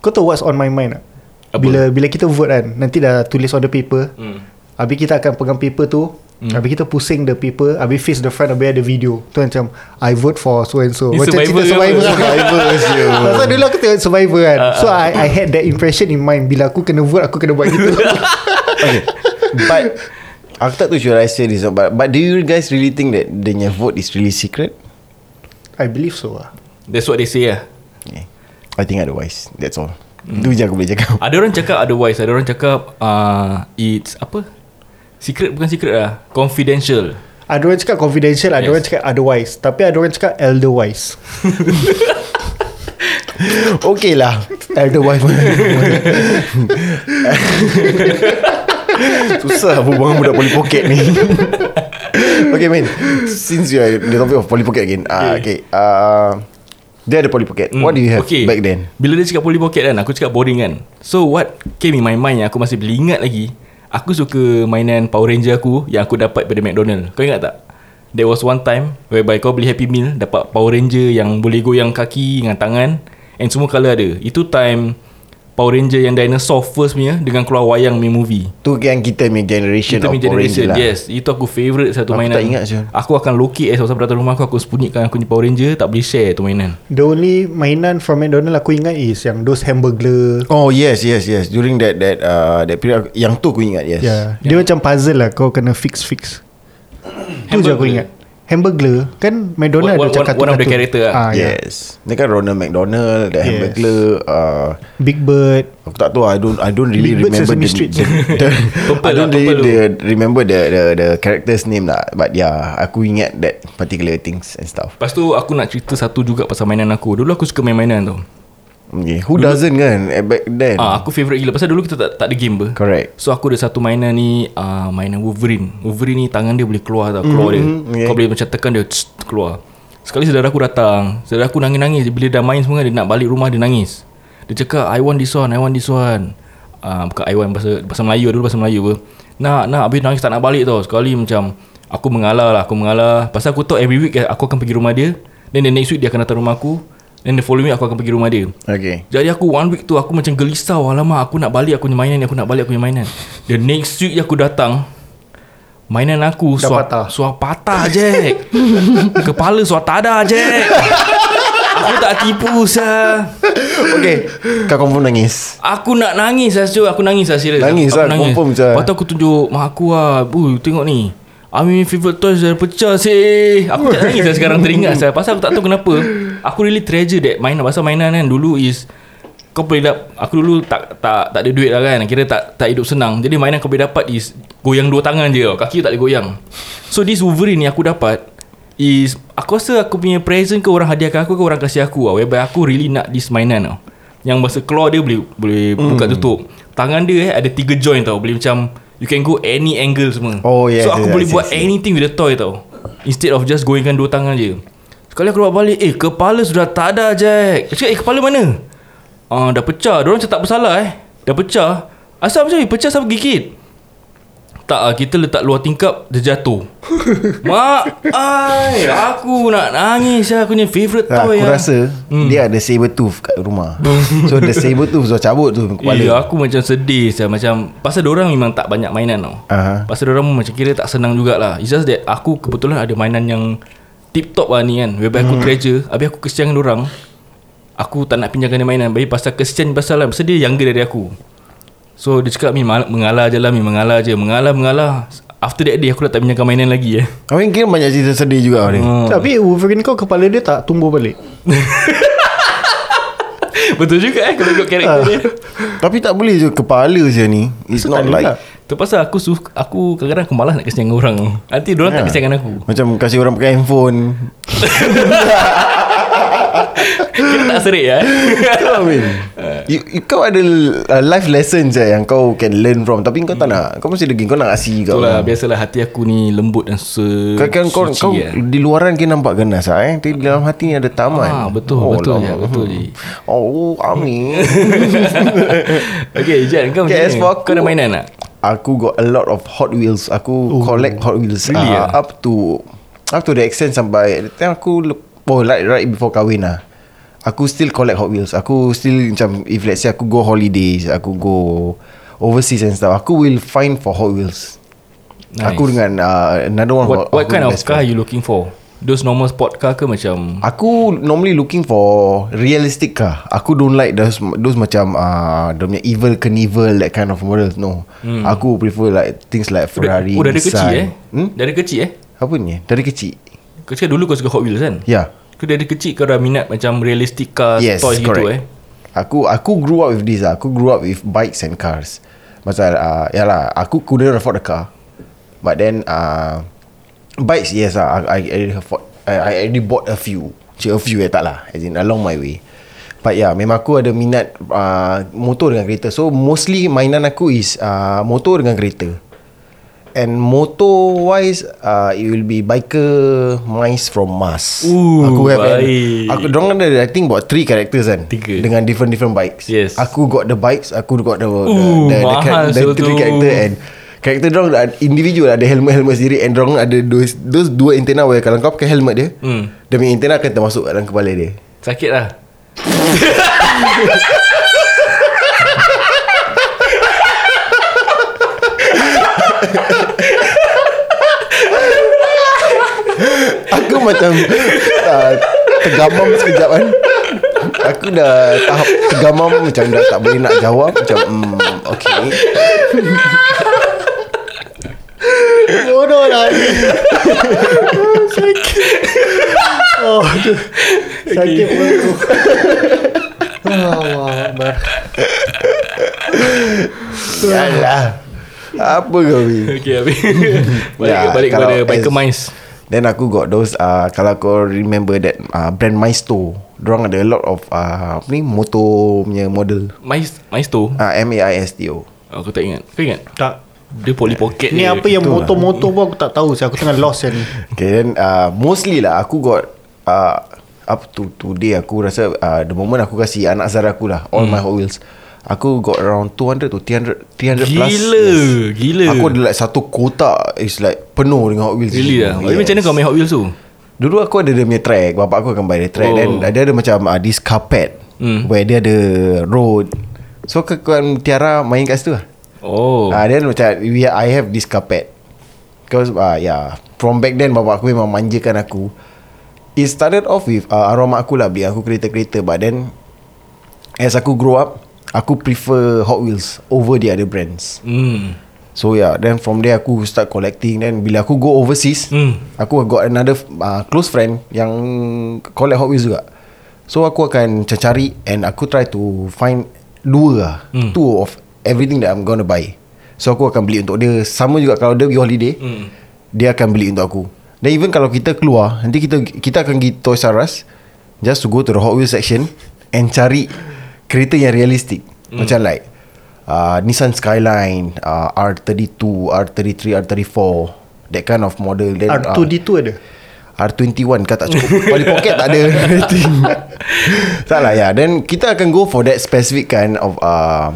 [SPEAKER 4] Kau tahu what's on my mind tak?
[SPEAKER 3] Apa? Hmm.
[SPEAKER 4] Bila bila kita vote kan Nanti dah tulis on the paper mm. Habis kita akan pegang paper tu mm. Habis kita pusing the paper Habis face the front Habis ada video Tu macam I vote for so and so
[SPEAKER 3] Ni
[SPEAKER 4] Macam
[SPEAKER 3] Survivor ke
[SPEAKER 4] survivor
[SPEAKER 3] apa?
[SPEAKER 4] Survivor Pasal dulu aku tengok survivor kan
[SPEAKER 3] Ah,
[SPEAKER 4] uh, So I, I had that impression in mind Bila aku kena vote Aku kena buat gitu
[SPEAKER 2] But Aku tak tahu should I say this or not, but, but do you guys really think that The punya vote is really secret
[SPEAKER 4] I believe so lah
[SPEAKER 3] That's what they say lah
[SPEAKER 2] okay. I think otherwise That's all Itu je aku boleh cakap
[SPEAKER 3] Ada orang cakap otherwise Ada orang cakap uh, It's apa Secret bukan secret lah Confidential
[SPEAKER 4] Ada orang cakap confidential Ada
[SPEAKER 3] Yes.
[SPEAKER 4] orang cakap otherwise Tapi ada orang cakap elderwise
[SPEAKER 2] Okay lah Elder wife Susah berbual budak poli pocket ni Okay man Since you are The topic of poli pocket again uh, Okay, okay. Uh, Dia ada poli pocket What do you have okay. back then?
[SPEAKER 3] Hmm. Bila dia cakap poly pocket kan Aku cakap boring kan So what came in my mind Yang aku masih boleh ingat lagi Aku suka mainan Power Ranger aku Yang aku dapat pada McDonald Kau ingat tak? There was one time Whereby kau beli Happy Meal Dapat Power Ranger Yang boleh goyang kaki Dengan tangan And semua colour ada Itu time Power Ranger yang dinosaur first punya Dengan keluar wayang punya movie
[SPEAKER 2] Tu yang kita punya generation of
[SPEAKER 3] Kita punya
[SPEAKER 2] Power
[SPEAKER 3] generation
[SPEAKER 2] Ranger lah
[SPEAKER 3] Yes Itu aku favourite satu
[SPEAKER 2] Aku
[SPEAKER 3] mainan
[SPEAKER 2] tak ingat, Syul.
[SPEAKER 3] Aku akan lokek eh, Sebab peraturan rumah aku Aku sembunyikan aku punya Power Ranger Tak boleh share tu mainan
[SPEAKER 4] The only mainan From McDonald Aku ingat is Yang those hamburger
[SPEAKER 2] Oh yes yes yes During that that uh, that period aku- Yang tu aku ingat yes
[SPEAKER 4] yeah. Dia macam puzzle lah Kau kena fix-fix Tu je aku
[SPEAKER 3] Hamburger.
[SPEAKER 4] ingat Hamburger Kan McDonald
[SPEAKER 3] One- one- one
[SPEAKER 4] ada macam
[SPEAKER 3] of the
[SPEAKER 4] kartun-kartun.
[SPEAKER 3] character lah.
[SPEAKER 4] Ah, yeah.
[SPEAKER 2] Yes Dia kan Ronald McDonald The yes.
[SPEAKER 4] Yes.
[SPEAKER 2] Hamburglar uh,
[SPEAKER 4] Big Bird
[SPEAKER 2] Aku tak tahu I don't I don't really
[SPEAKER 4] Big Bird
[SPEAKER 2] remember
[SPEAKER 4] Sesame
[SPEAKER 2] the,
[SPEAKER 4] Street.
[SPEAKER 2] the, the,
[SPEAKER 3] Purple
[SPEAKER 2] I don't
[SPEAKER 3] lah,
[SPEAKER 2] really
[SPEAKER 3] purple
[SPEAKER 2] the, remember the, the the character's name lah But yeah Aku ingat that particular things and stuff
[SPEAKER 3] Lepas tu aku nak cerita satu juga pasal mainan aku. Dulu aku suka main mainan tau.
[SPEAKER 2] okay. Who doesn't kan at Back then
[SPEAKER 3] Hmm. Ah aku favorite gila pasal dulu kita tak tak ada game ber.
[SPEAKER 2] Correct
[SPEAKER 3] So aku ada satu mainan ni uh, mainan Wolverine. Wolverine ni tangan dia boleh keluar tau, keluar mm-hmm,
[SPEAKER 2] Mhm,
[SPEAKER 3] dia.
[SPEAKER 2] yeah.
[SPEAKER 3] Yeah. Kau boleh macam tekan dia tss, keluar. Sekali saudara aku datang, saudara aku nangis-nangis bila dah main semua dia nak balik rumah dia nangis. Dia cakap I want this one, I want this one. Ah uh, bukan I want bahasa bahasa Melayu dulu bahasa Melayu ber. Nak nak habis nangis tak nak balik tau. Sekali macam aku mengalah lah, aku mengalah. Pasal aku tahu every week eh, aku akan pergi rumah dia. Then the next week dia akan datang rumah aku. Then the following week aku akan pergi rumah dia.
[SPEAKER 2] Okay
[SPEAKER 3] Jadi aku one week tu aku macam gelisau Alamak aku nak balik aku punya mainan ni Aku nak balik aku punya mainan The next week aku datang Mainan aku
[SPEAKER 4] Dah
[SPEAKER 3] suar,
[SPEAKER 4] patah.
[SPEAKER 3] suar patah Jack Kepala suar tada Jack Aku tak tipu sah.
[SPEAKER 2] Okay Kau confirm nangis
[SPEAKER 3] Aku nak nangis lah Syul Aku nangis lah serius
[SPEAKER 2] Nangis
[SPEAKER 3] Aku
[SPEAKER 2] lah, confirm sah.
[SPEAKER 3] Lepas tu aku tunjuk Mak aku lah Ui tengok ni Ami favourite toys dah pecah sih Aku tak nangis lah sekarang teringat sah. Pasal aku tak tahu kenapa Aku really treasure that mainan Pasal mainan kan dulu is Kau boleh dapat Aku dulu tak tak tak ada duit lah kan Kira tak tak hidup senang Jadi mainan kau boleh dapat is Goyang dua tangan je tau. Kaki tak boleh goyang So this Wolverine ni aku dapat is aku rasa aku punya present ke orang hadiahkan aku ke orang kasih aku lah whereby aku really nak this mainan tau yang masa claw dia boleh boleh mm.
[SPEAKER 2] Hmm.
[SPEAKER 3] buka tutup tangan dia eh ada tiga joint tau boleh macam you can go any angle semua
[SPEAKER 2] Oh, yes,
[SPEAKER 3] so aku
[SPEAKER 2] yes,
[SPEAKER 3] boleh
[SPEAKER 2] yes,
[SPEAKER 3] buat
[SPEAKER 2] yes.
[SPEAKER 3] anything with the toy tau instead of just goingkan dua tangan je sekali aku bawa balik eh kepala sudah tak ada Jack aku cakap eh kepala mana ah dah pecah diorang macam tak bersalah eh dah pecah asal macam ni pecah sampai gigit tak ah kita letak luar tingkap dia jatuh. Mak, ai aku nak nangis lah. aku ni favorite
[SPEAKER 2] Ah,
[SPEAKER 3] toy.
[SPEAKER 2] Aku
[SPEAKER 3] lah.
[SPEAKER 2] rasa Dia ada saber tooth kat rumah So the saber tooth Sudah cabut tu
[SPEAKER 3] kepala.
[SPEAKER 2] kepala
[SPEAKER 3] Eh, aku macam sedih saya macam pasal orang memang tak banyak mainan tau.
[SPEAKER 2] Aha.
[SPEAKER 3] Pasal orang macam kira tak senang jugalah. It's just that aku kebetulan ada mainan yang tip top lah ni kan. Whereby aku treasure, habis aku kesian dengan orang. Aku tak nak pinjamkan dia mainan Bagi pasal kesian pasal lah Pasal dia younger dari aku So dia cakap Mi mal- mengalah je lah Mi mengalah je Mengalah mengalah After that day aku dah tak pinjamkan mainan lagi eh
[SPEAKER 2] I mean kira banyak cerita sedih juga ni
[SPEAKER 4] hmm. Tapi Wolverine kau Kepala dia tak tumbuh balik
[SPEAKER 3] Betul juga eh Kalau ikut karakter dia
[SPEAKER 2] Tapi tak boleh je Kepala je ni It's not
[SPEAKER 4] boleh
[SPEAKER 2] like
[SPEAKER 4] lah.
[SPEAKER 3] Tu pasal aku suka Aku kadang-kadang aku malas nak kesian dengan orang Nanti diorang
[SPEAKER 2] Ya.
[SPEAKER 3] yeah. tak kesian dengan aku
[SPEAKER 2] Ha. Macam kasih orang pakai handphone
[SPEAKER 3] Kita tak serik ya eh?
[SPEAKER 2] Kau Amin you, you, Kau ada uh, life lessons eh, Yang kau can learn from Tapi kau tak nak Kau mesti lagi Kau nak kasih kau
[SPEAKER 3] Hmm. Itulah biasalah hati aku ni lembut dan se
[SPEAKER 2] lah. Kau kan kau,
[SPEAKER 3] suci,
[SPEAKER 2] kau
[SPEAKER 3] eh.
[SPEAKER 2] di luaran kau nampak ganas ah, eh. Tapi di dalam hati ni ada taman.
[SPEAKER 3] Ah, betul, betul je,
[SPEAKER 2] lama.
[SPEAKER 3] betul je.
[SPEAKER 2] Oh, Amin.
[SPEAKER 3] Okay Jan kau macam
[SPEAKER 2] Okay, as
[SPEAKER 3] mana?
[SPEAKER 2] for aku-
[SPEAKER 3] Kau ada mainan tak?
[SPEAKER 2] aku got a lot of Hot Wheels. Aku collect Hot Wheels
[SPEAKER 3] Oh. Really,
[SPEAKER 2] ah,
[SPEAKER 3] ah?
[SPEAKER 2] up to up to the extent sampai time aku lep- oh like right before kahwin lah. Aku still collect Hot Wheels. Aku still macam if let's say aku go holidays, aku go overseas and stuff, aku will find for Hot Wheels. Nice. Aku dengan uh, another one
[SPEAKER 3] What,
[SPEAKER 2] who-
[SPEAKER 3] what
[SPEAKER 2] who
[SPEAKER 3] kind of
[SPEAKER 2] best
[SPEAKER 3] car
[SPEAKER 2] friend.
[SPEAKER 3] you looking for? Those normal sport car ke macam
[SPEAKER 2] Aku normally looking for realistic car. Aku don't like those those macam ah uh, punya evil carnival that kind of models. No. Hmm. Aku prefer like things like Ferrari,
[SPEAKER 3] Oh dari kecil
[SPEAKER 2] Nissan.
[SPEAKER 3] eh
[SPEAKER 2] Hmm?
[SPEAKER 3] Dari kecil eh
[SPEAKER 2] Apa ni? Dari kecil.
[SPEAKER 3] Kau cakap dulu kau suka Hot Wheels kan?
[SPEAKER 2] Ya.
[SPEAKER 3] Kau dari kecil kau dah minat macam realistic car
[SPEAKER 2] Yeah. Yes,
[SPEAKER 3] toys
[SPEAKER 2] correct.
[SPEAKER 3] gitu eh
[SPEAKER 2] Aku aku grew up with this lah. Aku grew up with bikes and cars. ya lah, Pasal uh, yalah, aku couldn't afford a car. But then uh, Bikes yes lah I, I already have bought- I, I already bought a few Cik a few eh tak lah As in along my way But yeah Memang aku ada minat uh, Motor dengan kereta So mostly mainan aku is uh, Motor dengan kereta And motor wise uh, It will be biker Mice from Mars
[SPEAKER 3] Ooh,
[SPEAKER 2] Aku have an-
[SPEAKER 3] baik.
[SPEAKER 2] Aku dorang kan ada I think about three characters kan
[SPEAKER 3] Tiga.
[SPEAKER 2] Dengan different-different bikes
[SPEAKER 3] Yes.
[SPEAKER 2] Aku got the bikes Aku got the
[SPEAKER 3] Ooh,
[SPEAKER 2] the, the, the,
[SPEAKER 3] mahal
[SPEAKER 2] the,
[SPEAKER 3] siapa
[SPEAKER 2] the three
[SPEAKER 3] tu.
[SPEAKER 2] character and Karakter dorang ada individual ada helmet-helmet sendiri and dorang ada those, those dua antenna where kalau kau pakai helmet dia, hmm. dia punya antenna akan termasuk dalam kepala dia.
[SPEAKER 3] Sakit lah
[SPEAKER 2] Aku macam uh, tergamam sekejap kan. Aku dah tahap tergamam macam dah tak boleh nak jawab macam mm, okay.
[SPEAKER 4] Bodoh lah Sakit Oh aduh. Sakit okay. perut aku Allah Akbar.
[SPEAKER 2] Yalah. Apa kau ni?
[SPEAKER 3] Okay habis Balik,
[SPEAKER 2] Ya,
[SPEAKER 3] balik
[SPEAKER 2] kalau
[SPEAKER 3] kepada
[SPEAKER 2] as-
[SPEAKER 3] Biker Mice
[SPEAKER 2] Then aku got those uh, Kalau kau remember that uh, Brand Maisto Diorang ada a lot of uh, Apa ni Motor punya model
[SPEAKER 3] Mice Mice tu
[SPEAKER 2] uh, M-A-I-S-T-O
[SPEAKER 3] Aku tak ingat Kau ingat?
[SPEAKER 4] Tak
[SPEAKER 3] Dia poly pocket
[SPEAKER 4] Ni
[SPEAKER 3] dia.
[SPEAKER 4] apa yang motor-motor pun aku tak tahu saya Aku tengah lost yang ni
[SPEAKER 2] Okay then uh, Mostly lah Aku got uh, Up to today Aku rasa uh, The moment aku kasih Anak Zara aku lah
[SPEAKER 3] Hmm.
[SPEAKER 2] All my Hot Wheels Aku got around 200 to 300 300 plus
[SPEAKER 3] Gila, gila.
[SPEAKER 2] Aku ada like satu kotak Is like Penuh dengan Hot Wheels
[SPEAKER 3] Really lah yes. Macam mana kau main Hot Wheels tu?
[SPEAKER 2] Dulu aku ada dia punya track Bapak aku akan buy dia track
[SPEAKER 3] Oh.
[SPEAKER 2] oh. Then dia ada macam uh, This carpet mm. Where dia ada road So aku akan Tiara main kat situ lah oh.
[SPEAKER 3] Oh
[SPEAKER 2] uh, Then macam we, I have this carpet Because uh, yeah From back then Bapak aku memang manjakan aku It started off with uh, Arwah mak aku lah Beli aku kereta-kereta But then As aku grow up Aku prefer Hot Wheels Over the other brands
[SPEAKER 3] Hmm
[SPEAKER 2] So yeah Then from there aku start collecting Then bila aku go overseas
[SPEAKER 3] Mm.
[SPEAKER 2] Aku got another uh, close friend Yang collect Hot Wheels juga So aku akan macam cari And aku try to find Dua lah mm. Two of everything that I'm gonna buy So aku akan beli untuk dia Sama juga kalau dia pergi holiday mm. Dia akan beli untuk aku Then even kalau kita keluar Nanti kita kita akan pergi Toys R Us Just to go to the Hot Wheels section And cari Kereta yang realistik mm. Macam like uh, Nissan Skyline uh, R32 R33 R34 that kind of model then
[SPEAKER 4] R2D2 ada
[SPEAKER 2] uh, R21 kau tak cukup Poly pocket tak ada rating tak lah ya then kita akan go for that specific kind of uh,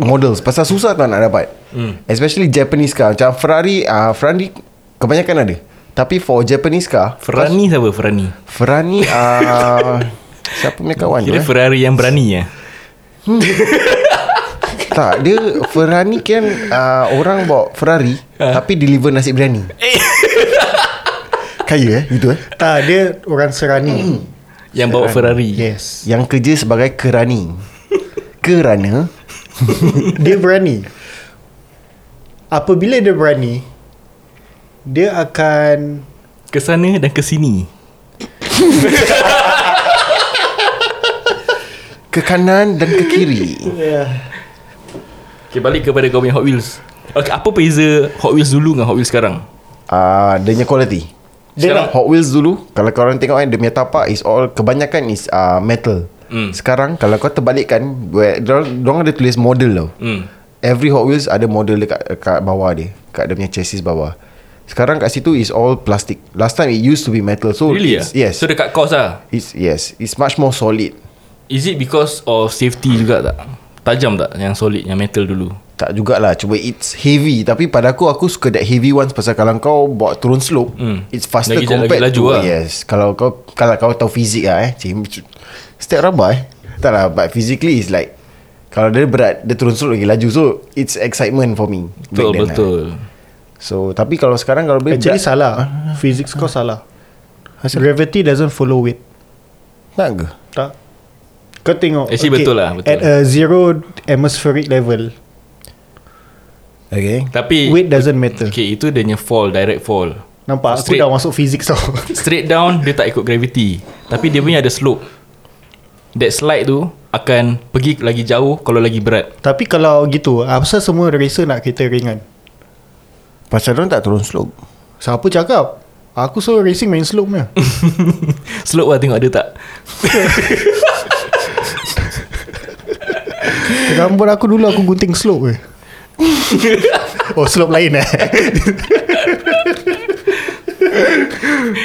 [SPEAKER 2] models pasal susah tak nak dapat mm. especially Japanese car macam Ferrari uh, Ferrari kebanyakan ada tapi for Japanese car
[SPEAKER 3] Ferrani siapa Ferrani?
[SPEAKER 2] Ferrari uh, siapa punya kawan tu
[SPEAKER 3] Kira
[SPEAKER 2] eh?
[SPEAKER 3] Ferrari yang berani ya?
[SPEAKER 2] Tak dia Ferrari kan uh, Orang bawa Ferrari Tapi deliver nasi biryani Kaya eh Gitu eh
[SPEAKER 4] Tak dia orang Serani
[SPEAKER 3] Yang bawa Ferrari
[SPEAKER 4] Yes
[SPEAKER 2] Yang kerja sebagai kerani Kerana
[SPEAKER 4] Dia berani Apabila dia berani Dia akan
[SPEAKER 3] Kesana dan kesini
[SPEAKER 2] Ke kanan dan ke kiri
[SPEAKER 4] yeah.
[SPEAKER 3] Okay balik kepada kau punya Hot Wheels Okay apa beza Hot Wheels dulu dengan Hot Wheels sekarang?
[SPEAKER 2] uh, Dia punya quality
[SPEAKER 4] Dia nak
[SPEAKER 2] Hot Wheels dulu Kalau korang tengok kan Dia punya tapak is all Kebanyakan is uh, metal
[SPEAKER 3] Hmm.
[SPEAKER 2] mm. Sekarang Kalau kau terbalikkan where- Diorang diorang ada tulis model tau
[SPEAKER 3] Hmm
[SPEAKER 2] Every Hot Wheels ada model dekat, dekat bawah dia Kat dia punya chassis bawah Sekarang kat situ is all plastic Last time it used to be metal So
[SPEAKER 3] Really ya?
[SPEAKER 2] it's, Oh, yes
[SPEAKER 3] So dekat kos lah
[SPEAKER 2] it's, Yes It's much more solid
[SPEAKER 3] Is it because of safety juga tak? Tajam tak yang solid yang metal dulu?
[SPEAKER 2] Tak jugalah Cuma it's heavy Tapi pada aku Aku suka that heavy ones Pasal kalau kau Buat turun slope
[SPEAKER 3] Hmm.
[SPEAKER 2] mm. It's faster
[SPEAKER 3] Lagi-
[SPEAKER 2] compared
[SPEAKER 3] lagi laju
[SPEAKER 2] to
[SPEAKER 3] lah.
[SPEAKER 2] Yes Kalau kau Kalau kau tahu fizik lah eh Cik, Step rabak eh Tak lah But physically it's like Kalau dia berat Dia turun slope lagi laju So it's excitement for me back
[SPEAKER 3] Betul
[SPEAKER 2] then lah.
[SPEAKER 3] betul.
[SPEAKER 2] So tapi kalau sekarang Kalau dia
[SPEAKER 4] Actually
[SPEAKER 2] berat-
[SPEAKER 4] salah Physics kau salah Gravity doesn't follow weight
[SPEAKER 2] Tak ke?
[SPEAKER 4] Tak Kau tengok
[SPEAKER 3] Actually betul lah, betul.
[SPEAKER 4] At a zero atmospheric level
[SPEAKER 2] Okay
[SPEAKER 3] Tapi
[SPEAKER 4] Weight doesn't matter
[SPEAKER 3] Eh, okay itu dia punya fall direct fall.
[SPEAKER 4] Nampak aku
[SPEAKER 3] Straight.
[SPEAKER 4] dah masuk physics tau
[SPEAKER 3] Straight down dia tak ikut gravity. Tapi dia punya ada slope. That slide tu akan pergi lagi jauh kalau lagi berat.
[SPEAKER 4] Tapi kalau gitu Apa semua racer nak kereta ringan
[SPEAKER 2] Pasal dia tak turun slope
[SPEAKER 4] Siapa cakap? Aku suruh racing main slope punya
[SPEAKER 3] Slope lah tengok ada tak
[SPEAKER 4] Gambar aku dulu aku gunting slope je Oh slope lain eh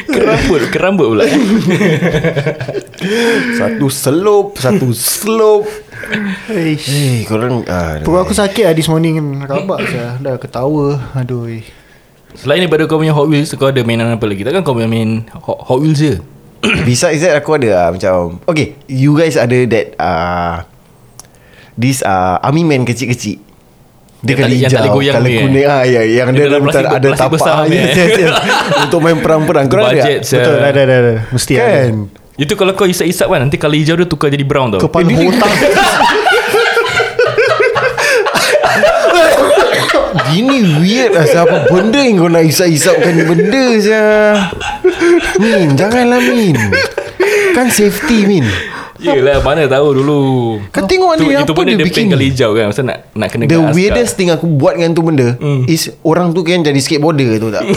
[SPEAKER 3] Kerambut Kerambut pula eh?
[SPEAKER 2] Satu slope Satu slope
[SPEAKER 4] Eish.
[SPEAKER 2] Eh korang ah,
[SPEAKER 4] Perut aku sakit lah this morning Rabak saya Dah ketawa Aduh
[SPEAKER 3] Selain daripada kau punya Hot Wheels Kau ada mainan apa lagi Takkan kau punya main Hot, Hot Wheels je
[SPEAKER 2] Besides that aku ada lah Macam Okay You guys ada that uh, This uh, Army man kecil-kecil dia
[SPEAKER 3] Yang
[SPEAKER 2] kali hijau,
[SPEAKER 3] tak boleh- yang tak boleh goyang
[SPEAKER 2] kala
[SPEAKER 3] ni, eh?
[SPEAKER 2] kuning ah, ya, yang
[SPEAKER 3] Dia
[SPEAKER 2] dia,
[SPEAKER 3] dalam
[SPEAKER 2] ada,
[SPEAKER 3] plastik-
[SPEAKER 2] ada
[SPEAKER 3] plastik
[SPEAKER 2] tapak
[SPEAKER 3] besar
[SPEAKER 2] ah,
[SPEAKER 3] ni,
[SPEAKER 2] yes,
[SPEAKER 3] eh?
[SPEAKER 2] yes, yes. untuk main perang-perang. Kau ada
[SPEAKER 3] Budget
[SPEAKER 2] tak?
[SPEAKER 3] sia.
[SPEAKER 4] Betul ada ada ada Mesti
[SPEAKER 2] Kan?
[SPEAKER 4] ada
[SPEAKER 3] Itu kalau kau isap-isap kan Nanti kalau hijau dia tukar jadi brown tau
[SPEAKER 4] Kepala otak
[SPEAKER 2] Gini weird lah Siapa benda yang kau nak isap-isapkan ni benda saja Min janganlah Min Kan safety Min
[SPEAKER 3] Yelah mana tahu dulu
[SPEAKER 2] Kau tengok
[SPEAKER 3] Tu-
[SPEAKER 2] ni apa
[SPEAKER 3] Itu pun
[SPEAKER 2] dia
[SPEAKER 3] dia
[SPEAKER 2] bikin
[SPEAKER 3] paint kali hijau kan Masa nak, nak kena
[SPEAKER 2] The
[SPEAKER 3] kat askar.
[SPEAKER 2] weirdest thing aku buat dengan tu benda mm. Is orang tu kan jadi skateboarder tu tak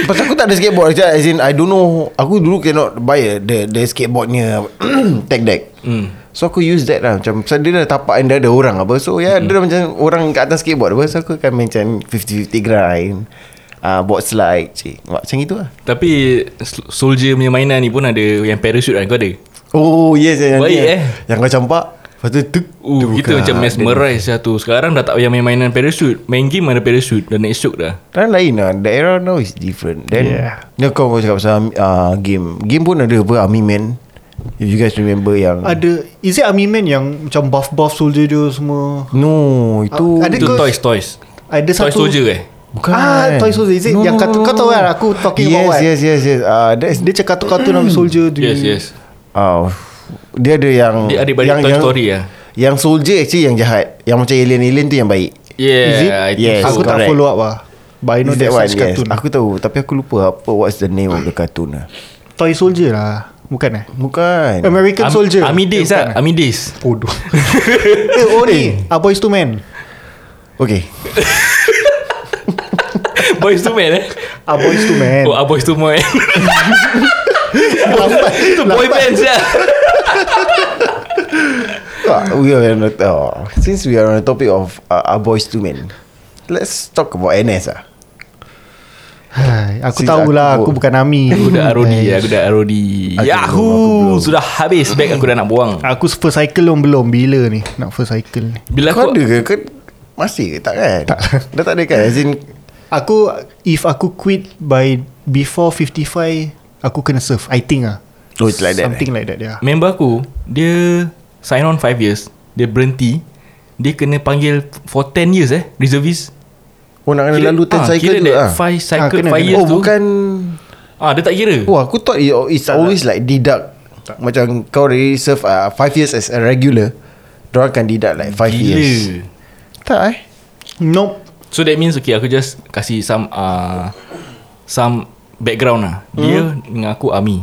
[SPEAKER 2] Pasal aku tak ada skateboard macam As in I don't know Aku dulu cannot buy The, the skateboardnya Tech deck mm. So aku use that lah Macam Pasal dia dah tapak And dia ada orang apa So ya yeah, dia dah macam Orang kat atas skateboard apa So aku akan main macam 50-50 grind uh, Board slide cik. Macam itu lah
[SPEAKER 3] Tapi s- Soldier punya mainan ni pun ada Yang parachute kan kau ada
[SPEAKER 2] Oh yes yang,
[SPEAKER 3] Baik,
[SPEAKER 2] yang,
[SPEAKER 3] eh.
[SPEAKER 2] yang kau campak Lepas tu tuk,
[SPEAKER 3] Uh,
[SPEAKER 2] tu
[SPEAKER 3] kita
[SPEAKER 2] buka.
[SPEAKER 3] macam mesmerize lah tu Sekarang dah tak payah main mainan parachute Main game ada parachute Dah naik syuk dah
[SPEAKER 2] Dan lain lah The era now is different Then
[SPEAKER 4] Yeah.
[SPEAKER 2] yeah. Kau kau cakap pasal uh, game Game pun ada apa Army Man If you guys remember yang
[SPEAKER 4] Ada Is it Army Man yang Macam buff-buff soldier dia semua
[SPEAKER 2] No Itu
[SPEAKER 4] Ah, ada-
[SPEAKER 3] Itu
[SPEAKER 4] Because-
[SPEAKER 3] toys toys
[SPEAKER 4] Ada
[SPEAKER 3] Toys
[SPEAKER 4] satu
[SPEAKER 3] soldier eh
[SPEAKER 2] Bukan
[SPEAKER 4] Ah, Toy Soldier, is it? Yang kartun- kau tahu kan aku talking
[SPEAKER 2] yes,
[SPEAKER 4] about what?
[SPEAKER 2] Yes yes yes uh, That's
[SPEAKER 4] Dia cakap tu kartun Army soldier tu
[SPEAKER 3] Yes yes
[SPEAKER 2] oh, Dia ada yang
[SPEAKER 3] Dia ada balik
[SPEAKER 2] yang,
[SPEAKER 3] Toy Story lah
[SPEAKER 2] Yang soldier actually yang jahat Yang macam alien-alien tu yang baik
[SPEAKER 3] Yeah
[SPEAKER 4] Is it?
[SPEAKER 3] I think
[SPEAKER 2] Yes.
[SPEAKER 4] Aku
[SPEAKER 3] so.
[SPEAKER 4] tak
[SPEAKER 2] correct.
[SPEAKER 4] follow up lah But I know
[SPEAKER 2] Is
[SPEAKER 4] that
[SPEAKER 2] that one,
[SPEAKER 4] such
[SPEAKER 2] yes.
[SPEAKER 4] kartun
[SPEAKER 2] Aku tahu Tapi aku lupa apa What's the name of the cartoon lah
[SPEAKER 4] Toy soldier lah Bukan eh
[SPEAKER 2] Bukan
[SPEAKER 4] American
[SPEAKER 3] Am-
[SPEAKER 4] soldier
[SPEAKER 3] Army Days
[SPEAKER 4] Eh, bukan
[SPEAKER 3] lah Army Days
[SPEAKER 4] Bodoh Eh oh ni A Boys to Men
[SPEAKER 2] Okay
[SPEAKER 3] Boys to Men eh
[SPEAKER 4] A Boys to Men
[SPEAKER 3] Oh ah, Boys to Men
[SPEAKER 4] Lambat
[SPEAKER 3] Itu boy band lah
[SPEAKER 2] Ah, we are on the, oh, since we are on the topic of uh, our boys to men, let's talk about NS ah.
[SPEAKER 4] Hai, Aku
[SPEAKER 2] Since
[SPEAKER 4] tahulah
[SPEAKER 2] aku-
[SPEAKER 4] Aku bukan Army
[SPEAKER 3] Aku dah ROD Aku dah
[SPEAKER 2] Aku
[SPEAKER 3] ROD
[SPEAKER 2] belum, aku
[SPEAKER 3] Yahoo
[SPEAKER 2] belum. Ah.
[SPEAKER 3] Sudah habis Bag aku dah nak buang
[SPEAKER 4] Aku first cycle belum belum Bila ni Nak first cycle ni
[SPEAKER 3] Bila
[SPEAKER 2] Kau
[SPEAKER 3] aku
[SPEAKER 2] ada ke? Kau masih ke? Tak kan? Tak. Dah tak ada kan? As in,
[SPEAKER 4] Aku If aku quit By Before 55 Aku kena serve I think ah.
[SPEAKER 2] Oh, it's like that,
[SPEAKER 4] Something like that yeah.
[SPEAKER 3] Member aku Dia Sign on 5 years Dia berhenti Dia kena panggil For 10 years eh Reservist
[SPEAKER 2] oh nak kena lalu 10
[SPEAKER 3] ah,
[SPEAKER 2] cycle
[SPEAKER 3] Kira
[SPEAKER 2] tu
[SPEAKER 3] that
[SPEAKER 2] ah.
[SPEAKER 3] 5 cycle
[SPEAKER 4] kena,
[SPEAKER 3] 5
[SPEAKER 4] kena.
[SPEAKER 3] years
[SPEAKER 2] Oh
[SPEAKER 3] tu
[SPEAKER 2] bukan. Oh,
[SPEAKER 3] Ah dia tak kira
[SPEAKER 2] Wah, aku thought it, it's always like deduct. Macam kau already serve 5 years as a regular. Diorang akan deduct like 5 years.
[SPEAKER 3] Gila
[SPEAKER 2] Tak eh?
[SPEAKER 4] Nope
[SPEAKER 3] So that means Okay aku just Kasih some uh, Some Background lah
[SPEAKER 2] Hmm.
[SPEAKER 3] Dia dengan aku army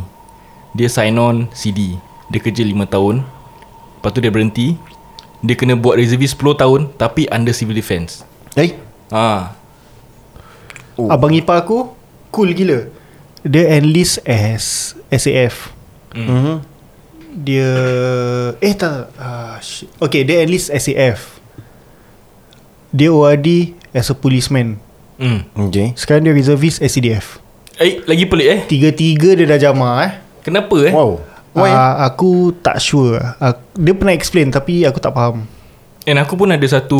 [SPEAKER 3] Dia sign on CD Dia kerja 5 tahun Lepas tu dia berhenti Dia kena buat reservist 10 tahun Tapi under civil defence
[SPEAKER 2] Eh?
[SPEAKER 3] Ah,
[SPEAKER 2] Oh.
[SPEAKER 4] Abang ipar aku Cool gila Dia enlist as SAF
[SPEAKER 3] Hmm.
[SPEAKER 2] Mm-hmm.
[SPEAKER 4] Dia Eh tak ah, shit. Okay dia enlist SAF Dia ORD As a policeman
[SPEAKER 3] mm.
[SPEAKER 2] Okay.
[SPEAKER 4] Sekarang dia reservist SCDF
[SPEAKER 3] Eh lagi pelik eh
[SPEAKER 4] Tiga-tiga dia dah jama eh
[SPEAKER 3] Kenapa eh
[SPEAKER 2] Wow.
[SPEAKER 4] Why?
[SPEAKER 2] Why?
[SPEAKER 4] Uh, aku tak sure uh, Dia pernah explain Tapi aku tak faham
[SPEAKER 3] And aku pun ada satu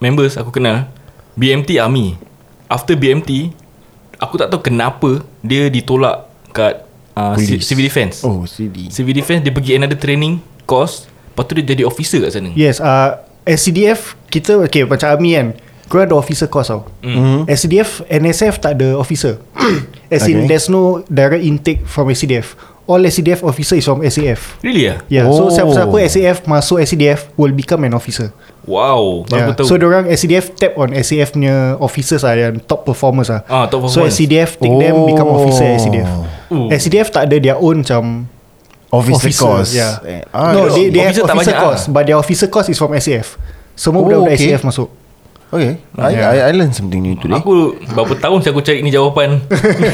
[SPEAKER 3] Members aku kenal BMT Army After BMT Aku tak tahu kenapa Dia ditolak Kat uh, ci-
[SPEAKER 2] Police.
[SPEAKER 3] Civil Defence
[SPEAKER 2] Oh, CD.
[SPEAKER 3] Civil Defence Dia pergi another training Course Lepas tu dia jadi officer kat sana
[SPEAKER 4] Yes uh, SCDF Kita okay, Macam army kan Kau ada officer course tau
[SPEAKER 2] Hmm. Mm-hmm.
[SPEAKER 4] mm. SCDF NSF tak ada officer As
[SPEAKER 2] Okay.
[SPEAKER 4] in there's no Direct intake from SCDF All SCDF officer is from SAF
[SPEAKER 3] Really ah?
[SPEAKER 4] Yeah, oh. so
[SPEAKER 2] Oh.
[SPEAKER 4] siapa-siapa SAF masuk SCDF will become an officer.
[SPEAKER 3] Wow Baru
[SPEAKER 4] Yeah.
[SPEAKER 3] aku tahu
[SPEAKER 4] So orang SCDF tap on SAF punya officers lah yang top performers lah.
[SPEAKER 3] Ah, top
[SPEAKER 4] So
[SPEAKER 3] performers.
[SPEAKER 4] SCDF take oh. them
[SPEAKER 2] Oh.
[SPEAKER 4] become officer SCDF.
[SPEAKER 3] Ooh.
[SPEAKER 4] SCDF tak ada their own macam
[SPEAKER 2] Officer,
[SPEAKER 4] officer,
[SPEAKER 2] course.
[SPEAKER 4] yeah.
[SPEAKER 2] Eh,
[SPEAKER 4] no, they,
[SPEAKER 3] Officer
[SPEAKER 4] they have
[SPEAKER 3] tak
[SPEAKER 4] officer
[SPEAKER 3] banyak
[SPEAKER 4] course,
[SPEAKER 3] ah.
[SPEAKER 4] but their officer course is from SAF.
[SPEAKER 2] Oh,
[SPEAKER 4] Semua budak-budak
[SPEAKER 2] okay.
[SPEAKER 4] SAF masuk.
[SPEAKER 2] Okay I, I, I learned something new today
[SPEAKER 3] Aku berapa tahun saya aku cari ni jawapan.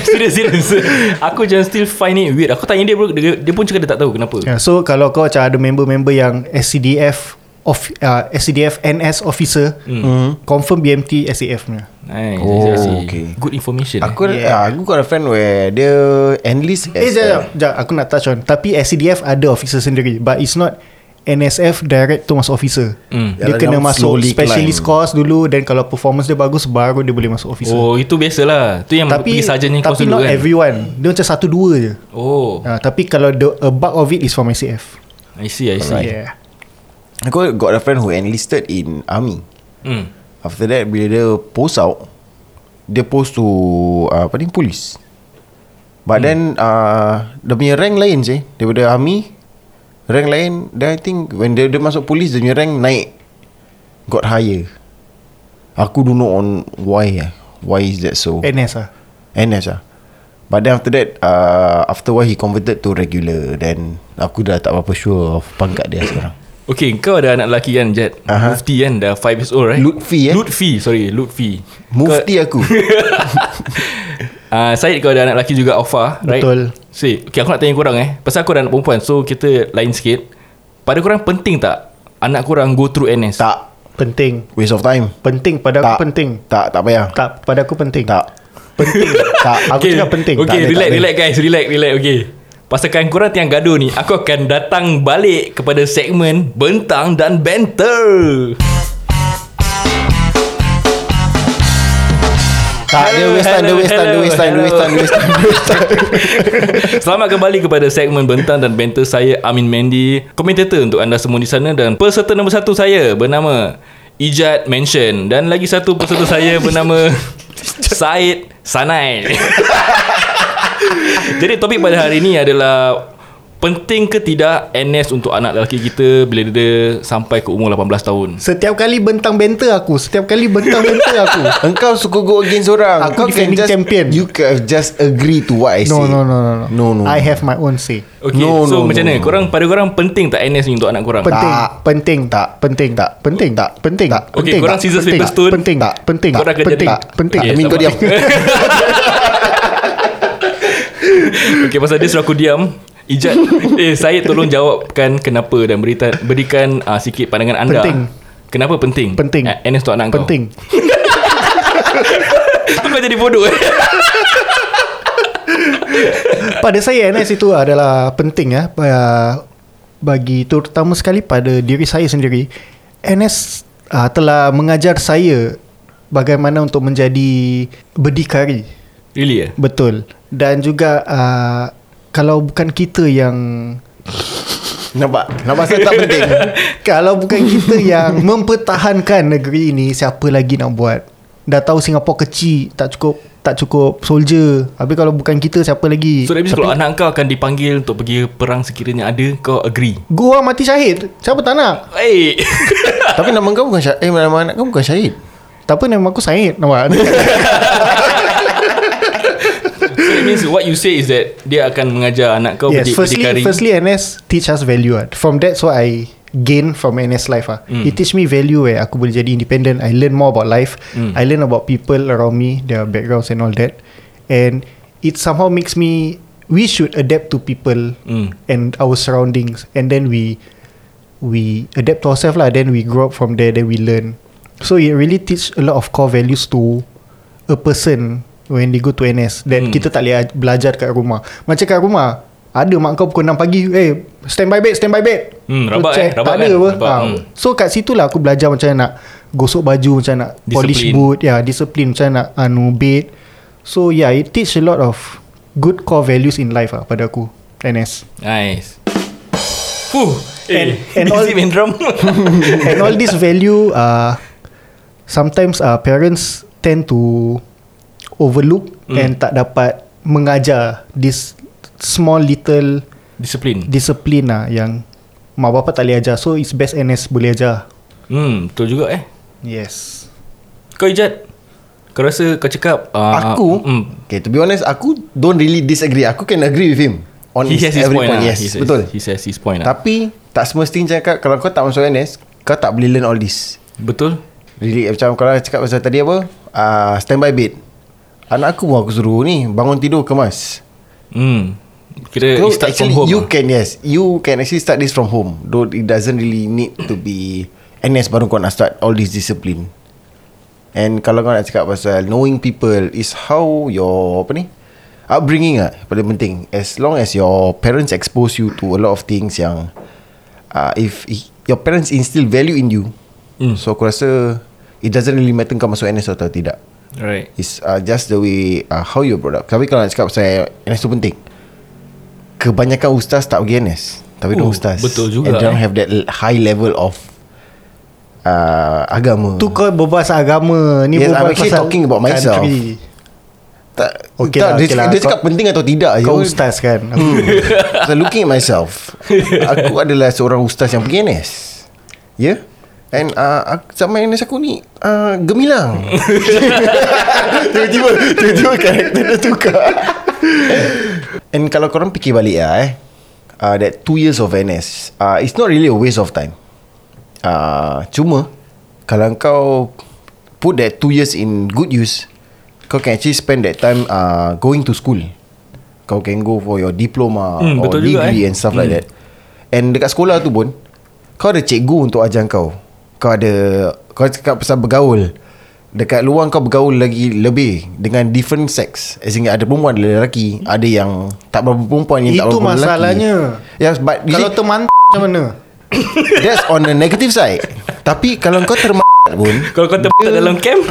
[SPEAKER 3] serius serius. Aku just still find it weird. Aku tanya dia bro, dia, dia pun cakap dia tak tahu kenapa.
[SPEAKER 4] Yeah, Ya, so kalau kau macam ada member-member yang SCDF of uh, SCDF NS officer,
[SPEAKER 3] Hmm.
[SPEAKER 2] Hmm.
[SPEAKER 4] mm. confirm BMT SAF punya.
[SPEAKER 3] Nice.
[SPEAKER 2] Oh,
[SPEAKER 3] I see.
[SPEAKER 2] okay.
[SPEAKER 3] Good information.
[SPEAKER 2] Aku yeah.
[SPEAKER 4] Yeah.
[SPEAKER 2] aku got a friend where dia enlist as
[SPEAKER 4] Eh, jap,
[SPEAKER 2] a-
[SPEAKER 4] jap, jap, aku nak touch on. Tapi SCDF ada officer sendiri, but it's not NSF direct to masuk officer.
[SPEAKER 3] Hmm.
[SPEAKER 4] Mm. Dia
[SPEAKER 2] Yalah,
[SPEAKER 4] kena
[SPEAKER 2] dia
[SPEAKER 4] masuk
[SPEAKER 2] slowly
[SPEAKER 4] specialist
[SPEAKER 2] climb.
[SPEAKER 4] course dulu dan kalau performance dia bagus baru dia boleh masuk officer.
[SPEAKER 3] Oh, itu biasalah. Tu yang
[SPEAKER 4] Tapi
[SPEAKER 3] pergi sarjan yang
[SPEAKER 4] tapi
[SPEAKER 3] dulu
[SPEAKER 4] not
[SPEAKER 3] kan.
[SPEAKER 4] everyone. Dia macam satu dua je.
[SPEAKER 3] oh,
[SPEAKER 4] Uh, tapi kalau the a bulk of it is from SAF.
[SPEAKER 3] I see, I see.
[SPEAKER 4] Yeah.
[SPEAKER 2] Aku got a friend who enlisted in army.
[SPEAKER 3] Hmm.
[SPEAKER 2] After that bila dia post out dia post to uh, apa ni polis. But hmm. then uh, dia punya rank lain je daripada army rank lain then I think when dia, dia masuk polis dia punya rank naik got higher. Aku don't know on why eh. Why is that so?
[SPEAKER 4] NS ah.
[SPEAKER 2] NS lah But then after that uh, After a while he converted to regular Then Aku dah tak apa-apa sure Of pangkat dia sekarang
[SPEAKER 3] Okay, kau ada anak lelaki kan, Jet?
[SPEAKER 2] Aha.
[SPEAKER 3] Mufti kan, dah 5 years old, right?
[SPEAKER 2] Lutfi, eh?
[SPEAKER 3] Lutfi, sorry, Lutfi.
[SPEAKER 2] Mufti aku
[SPEAKER 3] Uh, Syed, kau ada anak lelaki juga, Alfa, right?
[SPEAKER 4] Betul.
[SPEAKER 3] Syed, okay, aku nak tanya korang eh. Pasal aku ada anak perempuan, so kita lain sikit. Pada korang penting tak anak korang go through NS?
[SPEAKER 2] Tak
[SPEAKER 4] Penting.
[SPEAKER 2] Waste of time
[SPEAKER 4] Penting pada
[SPEAKER 2] Tak
[SPEAKER 4] aku penting.
[SPEAKER 2] Tak tak payah
[SPEAKER 4] Tak pada aku penting.
[SPEAKER 2] Tak
[SPEAKER 4] Penting. tak aku cakap penting.
[SPEAKER 3] Okay,
[SPEAKER 4] tak,
[SPEAKER 3] relax,
[SPEAKER 4] tak,
[SPEAKER 3] relax guys, relax, relax, okay. Pasalkan korang tiang gaduh ni, aku akan datang balik kepada segmen Bentang dan Banter.
[SPEAKER 2] Tak dia
[SPEAKER 3] Hello,
[SPEAKER 2] waste time Dia
[SPEAKER 3] hello,
[SPEAKER 2] waste time Dia waste time Dia
[SPEAKER 3] hello,
[SPEAKER 2] waste time Dia waste time, dia waste time.
[SPEAKER 3] Selamat kembali kepada segmen Bentang dan Banter saya Amin Mendy Komentator untuk anda semua di sana Dan peserta nombor satu saya bernama Ijat Mansion Dan lagi satu peserta saya bernama Said Sanai Jadi topik pada hari ini adalah Penting ke tidak NS untuk anak lelaki kita Bila dia sampai ke umur 18 tahun
[SPEAKER 4] Setiap kali bentang banter aku Setiap kali bentang banter aku
[SPEAKER 2] Engkau suka go against orang
[SPEAKER 4] Aku
[SPEAKER 2] Kau can
[SPEAKER 4] defending
[SPEAKER 2] just
[SPEAKER 4] champion.
[SPEAKER 2] You can just agree to what I
[SPEAKER 4] No
[SPEAKER 2] say
[SPEAKER 4] no no no
[SPEAKER 2] No no
[SPEAKER 4] I have my own say
[SPEAKER 3] Okay
[SPEAKER 2] No,
[SPEAKER 3] so
[SPEAKER 2] no,
[SPEAKER 3] macam
[SPEAKER 2] no,
[SPEAKER 3] mana
[SPEAKER 2] no.
[SPEAKER 3] Korang pada korang penting tak NS ni untuk anak korang
[SPEAKER 4] Penting
[SPEAKER 2] Tak.
[SPEAKER 4] Penting Tak Penting Tak Penting Tak Penting Tak
[SPEAKER 3] Okay, korang scissors,
[SPEAKER 4] penting,
[SPEAKER 3] paper, stone.
[SPEAKER 4] Penting Tak Penting
[SPEAKER 3] Korang akan
[SPEAKER 4] Penting
[SPEAKER 3] jadi-
[SPEAKER 4] Penting
[SPEAKER 3] Okay,
[SPEAKER 2] Amin kau diam
[SPEAKER 3] sama. Okay pasal dia suruh aku diam Ijat Eh Syed tolong jawabkan Kenapa dan berita, berikan uh, Sikit pandangan anda
[SPEAKER 4] Penting.
[SPEAKER 3] Kenapa penting?
[SPEAKER 4] Penting.
[SPEAKER 3] uh, NS untuk anak
[SPEAKER 4] Penting
[SPEAKER 3] kau Tu kau jadi bodoh eh
[SPEAKER 4] Pada saya NS itu adalah penting ya pa- bagi terutama sekali pada diri saya sendiri NS uh, telah mengajar saya bagaimana untuk menjadi berdikari
[SPEAKER 3] Really eh?
[SPEAKER 4] betul dan juga uh, kalau bukan kita yang
[SPEAKER 2] Nampak Nampak saya tak penting
[SPEAKER 4] kalau bukan kita yang mempertahankan negeri ini siapa lagi nak buat dah tahu Singapura kecil tak cukup tak cukup soldier habis kalau bukan kita siapa lagi
[SPEAKER 3] So that means kalau anak kau akan dipanggil Untuk pergi perang sekiranya ada Kau agree
[SPEAKER 4] gua mati syahid siapa tak nak
[SPEAKER 3] Eh
[SPEAKER 2] Tapi nama kau bukan Syahid Eh nama anak kau bukan Syahid
[SPEAKER 4] Tak apa nama aku Syed Nampak
[SPEAKER 3] So that means what you say is that Dia akan mengajar anak kau
[SPEAKER 4] Yes
[SPEAKER 3] berdik-
[SPEAKER 4] firstly,
[SPEAKER 3] berdikari.
[SPEAKER 4] firstly NS teach us value ah. From that's what I gain from NS life ah. Mm. It teach me value where aku boleh jadi independent I learn more about life mm. I learn about people around me Their backgrounds and all that And it somehow makes me We should adapt to people
[SPEAKER 3] Mm.
[SPEAKER 4] And our surroundings And then we We adapt to ourselves lah Then we grow up from there Then we learn So it really teach A lot of core values to A person When they go to NS That
[SPEAKER 3] Hmm.
[SPEAKER 4] kita tak boleh aj- belajar kat rumah Macam kat rumah ada mak kau pukul 6 pagi Eh stand by bed Stand by bed
[SPEAKER 3] Hmm,
[SPEAKER 4] Kau
[SPEAKER 3] rabak, eh,
[SPEAKER 4] check,
[SPEAKER 3] rabak
[SPEAKER 4] Tak ada
[SPEAKER 3] kan?
[SPEAKER 4] apa
[SPEAKER 3] Rabak,
[SPEAKER 4] ha.
[SPEAKER 3] hmm.
[SPEAKER 4] So kat situ lah aku belajar macam mana nak Gosok baju Macam mana nak
[SPEAKER 3] Discipline.
[SPEAKER 4] Polish boot Ya yeah, discipline Macam mana nak anu, bed So yeah It teach a lot of Good core values in life lah Pada aku NS
[SPEAKER 3] Nice Fuh
[SPEAKER 4] And-
[SPEAKER 3] Eh
[SPEAKER 4] and all-
[SPEAKER 3] Music main drum
[SPEAKER 4] And all this value uh, Sometimes uh, parents Tend to Overlook
[SPEAKER 3] Hmm.
[SPEAKER 4] And tak dapat Mengajar This Small little
[SPEAKER 3] Disiplin
[SPEAKER 4] Disiplin lah Yang Mak bapak tak boleh ajar So it's best NS boleh ajar
[SPEAKER 3] Hmm Betul juga eh
[SPEAKER 4] Yes
[SPEAKER 3] Kau Ijat Kau rasa kau cakap uh,
[SPEAKER 2] Aku
[SPEAKER 3] mm,
[SPEAKER 2] Okay to be honest Aku don't really disagree Aku can agree with him On
[SPEAKER 3] He has his
[SPEAKER 2] every
[SPEAKER 3] point, lah.
[SPEAKER 2] Yes
[SPEAKER 3] he says,
[SPEAKER 2] betul
[SPEAKER 3] He says his point lah
[SPEAKER 2] Tapi Tak semestinya cakap Kalau kau tak masuk NS Kau tak boleh learn all this
[SPEAKER 3] Betul
[SPEAKER 2] Lirik macam kalau cakap pasal tadi apa uh, Standby bed Anak aku pun aku suruh ni Bangun tidur kemas
[SPEAKER 3] Hmm. Kira
[SPEAKER 2] So
[SPEAKER 3] it start
[SPEAKER 2] actually
[SPEAKER 3] from home.
[SPEAKER 2] you
[SPEAKER 3] ah.
[SPEAKER 2] can yes You can actually start this from home Though it doesn't really need to be NS baru kau nak start All this discipline And kalau kau nak cakap pasal Knowing people Is how your Apa ni Upbringing lah Paling penting As long as your Parents expose you To a lot of things yang uh, If Your parents instill value in you
[SPEAKER 3] Hmm.
[SPEAKER 2] mm. So aku rasa It doesn't really matter Kau masuk NS atau tidak
[SPEAKER 3] Right.
[SPEAKER 2] It's uh, just the way uh, How you brought up Tapi kalau nak cakap pasal NS tu penting Kebanyakan ustaz tak pergi NS Tapi dia
[SPEAKER 3] Oh,
[SPEAKER 2] ustaz
[SPEAKER 3] betul juga,
[SPEAKER 2] And they don't
[SPEAKER 3] eh.
[SPEAKER 2] have that l- High level of uh, Agama
[SPEAKER 4] Tu kau berbual pasal agama Ni
[SPEAKER 2] Yes,
[SPEAKER 4] berbual
[SPEAKER 2] I'm actually
[SPEAKER 4] pasal
[SPEAKER 2] talking about myself.
[SPEAKER 4] country.
[SPEAKER 2] tak,
[SPEAKER 4] Okay
[SPEAKER 2] tak,
[SPEAKER 4] lah,
[SPEAKER 2] dia,
[SPEAKER 4] okay
[SPEAKER 2] cakap,
[SPEAKER 4] lah.
[SPEAKER 2] dia cakap
[SPEAKER 4] Kau-
[SPEAKER 2] penting atau tidak je.
[SPEAKER 4] Kau ustaz kan
[SPEAKER 2] Hmm. So looking at myself Aku adalah seorang ustaz yang pergi NS Ya yeah? And uh, aku, zaman NS aku ni uh, Gemilang Tiba-tiba Tiba-tiba karakter dia tukar And kalau korang fikir balik lah eh uh, That 2 years of NS uh, It's not really a waste of time uh, Cuma Kalau kau Put that 2 years in good use Kau can actually spend that time uh, Going to school Kau can go for your diploma
[SPEAKER 3] Hmm,
[SPEAKER 2] mm, Or
[SPEAKER 3] betul juga,
[SPEAKER 2] degree
[SPEAKER 3] eh.
[SPEAKER 2] and stuff mm. like that And dekat sekolah tu pun Kau ada cikgu untuk ajar kau Kau ada Kau cakap pasal bergaul Dekat luar kau bergaul lagi lebih Dengan different sex As in ada perempuan ada lelaki Ada yang tak berapa perempuan yang tak
[SPEAKER 4] Itu
[SPEAKER 2] berapa lelaki
[SPEAKER 4] masalahnya.
[SPEAKER 2] Yes but you
[SPEAKER 4] Kalau
[SPEAKER 2] see-
[SPEAKER 4] teman macam mana
[SPEAKER 2] That's on the negative side Tapi kalau kau term pun
[SPEAKER 3] Kalau kau terbuka dalam camp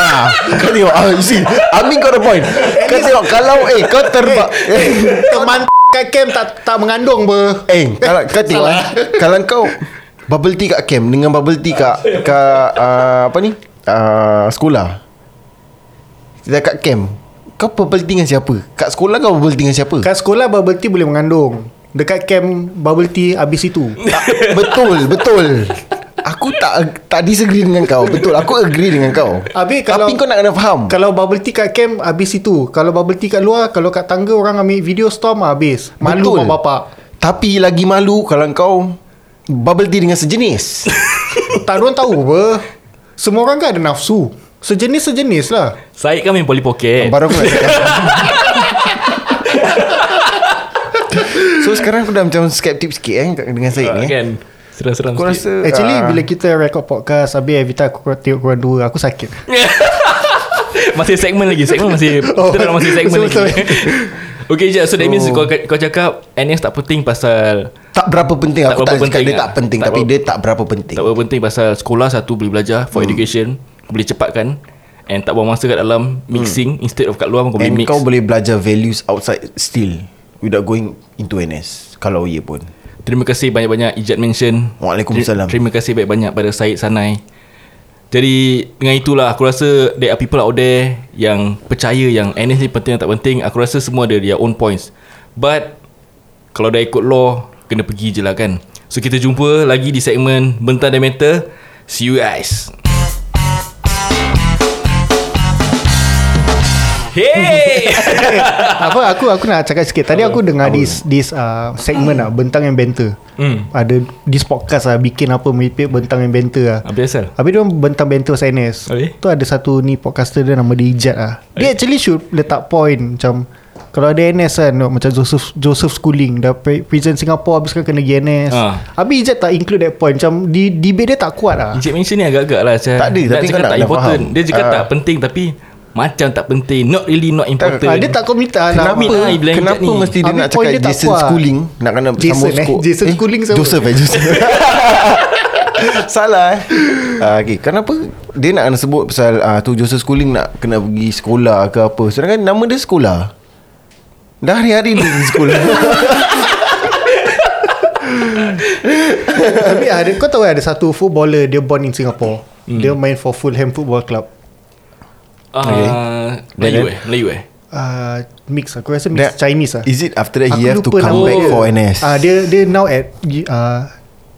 [SPEAKER 2] ah, Kau tengok ah, You see Amin got a point Kau tengok Kalau eh kau terba eh,
[SPEAKER 4] Teman kat camp tak, tak mengandung ber
[SPEAKER 2] eh kalau, Kau tengok eh, Kalau kau Bubble tea kat camp Dengan bubble tea kat Kat uh, Apa ni uh, Sekolah Kita kat camp Kau bubble tea dengan siapa Kat sekolah kau bubble tea dengan siapa
[SPEAKER 4] Kat sekolah bubble tea boleh mengandung Dekat camp bubble tea habis itu
[SPEAKER 2] Betul Betul Aku tak tak disagree dengan kau Betul Aku agree dengan kau
[SPEAKER 4] Habis kalau-
[SPEAKER 2] Tapi kau nak kena faham
[SPEAKER 4] Kalau bubble tea kat camp habis itu Kalau bubble tea kat luar Kalau kat tangga orang ambil video storm ah, habis Malu
[SPEAKER 2] Betul.
[SPEAKER 4] mak bapak
[SPEAKER 2] Tapi lagi malu kalau kau bubble tea dengan sejenis.
[SPEAKER 4] Tak ada orang tahu apa Semua orang kan ada nafsu Sejenis-sejenis lah
[SPEAKER 3] Said kan main Polly Pocket
[SPEAKER 2] Baru aku nak cakap. so sekarang aku dah macam skeptik sikit eh dengan Syed ni.
[SPEAKER 3] Ah,
[SPEAKER 2] Eh.
[SPEAKER 3] Kan Seram-seram
[SPEAKER 2] Aku
[SPEAKER 3] sikit
[SPEAKER 2] rasa
[SPEAKER 4] Actually
[SPEAKER 2] ah,
[SPEAKER 4] bila kita record podcast Habis Evita aku kena tengok korang dua Aku sakit
[SPEAKER 3] Masih segmen lagi Segmen masih
[SPEAKER 4] Oh,
[SPEAKER 3] Kita dalam masih segmen
[SPEAKER 4] betul,
[SPEAKER 3] lagi Okay je So that means kau, kau cakap NS tak penting pasal
[SPEAKER 2] tak berapa penting
[SPEAKER 3] Tak
[SPEAKER 2] aku tak
[SPEAKER 3] berapa
[SPEAKER 2] cakap
[SPEAKER 3] penting
[SPEAKER 2] dia
[SPEAKER 3] ah.
[SPEAKER 2] tak penting
[SPEAKER 3] Tak
[SPEAKER 2] tapi
[SPEAKER 3] berapa-
[SPEAKER 2] dia tak berapa penting.
[SPEAKER 3] Tak berapa penting pasal sekolah satu boleh belajar for education, boleh cepatkan and tak buang masa kat dalam mixing instead of kat luar Hmm. kau boleh
[SPEAKER 2] And
[SPEAKER 3] mix.
[SPEAKER 2] kau boleh belajar values outside still without going into NS kalau ia pun.
[SPEAKER 3] Terima kasih banyak-banyak Ijat mention.
[SPEAKER 2] Waalaikumsalam.
[SPEAKER 3] Ter- Terima kasih banyak-banyak pada Syed Sanai. Jadi dengan itulah aku rasa there are people out there yang percaya yang NS ni penting atau tak penting. Aku rasa semua ada their own points. But kalau dah ikut law kena pergi je lah kan. So kita jumpa lagi di segmen Bentar dan Matter. See you guys. Hey!
[SPEAKER 4] Apa aku aku nak cakap sikit Tadi aku dengar this this uh, segmen lah Bentang and Banter
[SPEAKER 3] Hmm.
[SPEAKER 4] Ada this podcast lah Bikin apa meripik Bentang and Banter lah
[SPEAKER 3] Apa asal?
[SPEAKER 4] Habis dia orang bentang-bentang pasal NS
[SPEAKER 3] Habis?
[SPEAKER 4] Tu ada satu ni podcaster dia nama dia Ijat lah Dia actually should letak point Macam Kalau ada NS kan no, Macam Joseph Joseph Schooling Dah pre- present Singapore Habis kan kena pergi NS
[SPEAKER 3] Ah.
[SPEAKER 4] Habis Ijat tak include that point Macam di, debate dia tak kuat lah
[SPEAKER 3] Encik mention ni agak-agak lah macam
[SPEAKER 2] Tak ada,
[SPEAKER 3] nak
[SPEAKER 2] tapi
[SPEAKER 3] cakap
[SPEAKER 2] kau nak-
[SPEAKER 3] tak
[SPEAKER 2] nak
[SPEAKER 3] important
[SPEAKER 2] faham.
[SPEAKER 3] Dia cakap
[SPEAKER 2] Ah.
[SPEAKER 3] tak penting tapi Macam tak penting Not really not important
[SPEAKER 4] Ah, Dia tak commit lah
[SPEAKER 3] Kenapa?
[SPEAKER 4] Nampak.
[SPEAKER 3] Ah, dia bilang
[SPEAKER 2] Kenapa
[SPEAKER 3] Jack ni.
[SPEAKER 2] mesti dia
[SPEAKER 4] Habis
[SPEAKER 2] nak
[SPEAKER 4] point
[SPEAKER 2] cakap
[SPEAKER 4] dia tak
[SPEAKER 2] Jason
[SPEAKER 4] kuat.
[SPEAKER 2] Schooling Nak kena
[SPEAKER 4] Jason,
[SPEAKER 2] sambung
[SPEAKER 4] eh? Jason Schooling siapa?
[SPEAKER 2] Joseph eh Joseph Salah eh uh, okay. Kenapa Dia nak kena sebut pasal uh, Tu Joseph Schooling nak kena pergi sekolah ke apa Sedangkan nama dia sekolah Dah hari-hari dia pergi sekolah
[SPEAKER 4] Tapi ada kau tahu kan, ada satu footballer dia born in Singapore. Dia main for Fulham Football Club.
[SPEAKER 3] Ah,
[SPEAKER 2] Okay.
[SPEAKER 3] Melayu
[SPEAKER 2] Then-
[SPEAKER 3] eh Melayu eh
[SPEAKER 4] Uh, mix aku rasa mix
[SPEAKER 2] That-
[SPEAKER 4] Chinese ah.
[SPEAKER 2] Is it after that He have to come
[SPEAKER 4] nama
[SPEAKER 2] back
[SPEAKER 4] dia.
[SPEAKER 2] for NS
[SPEAKER 4] Ah uh, dia dia now at uh,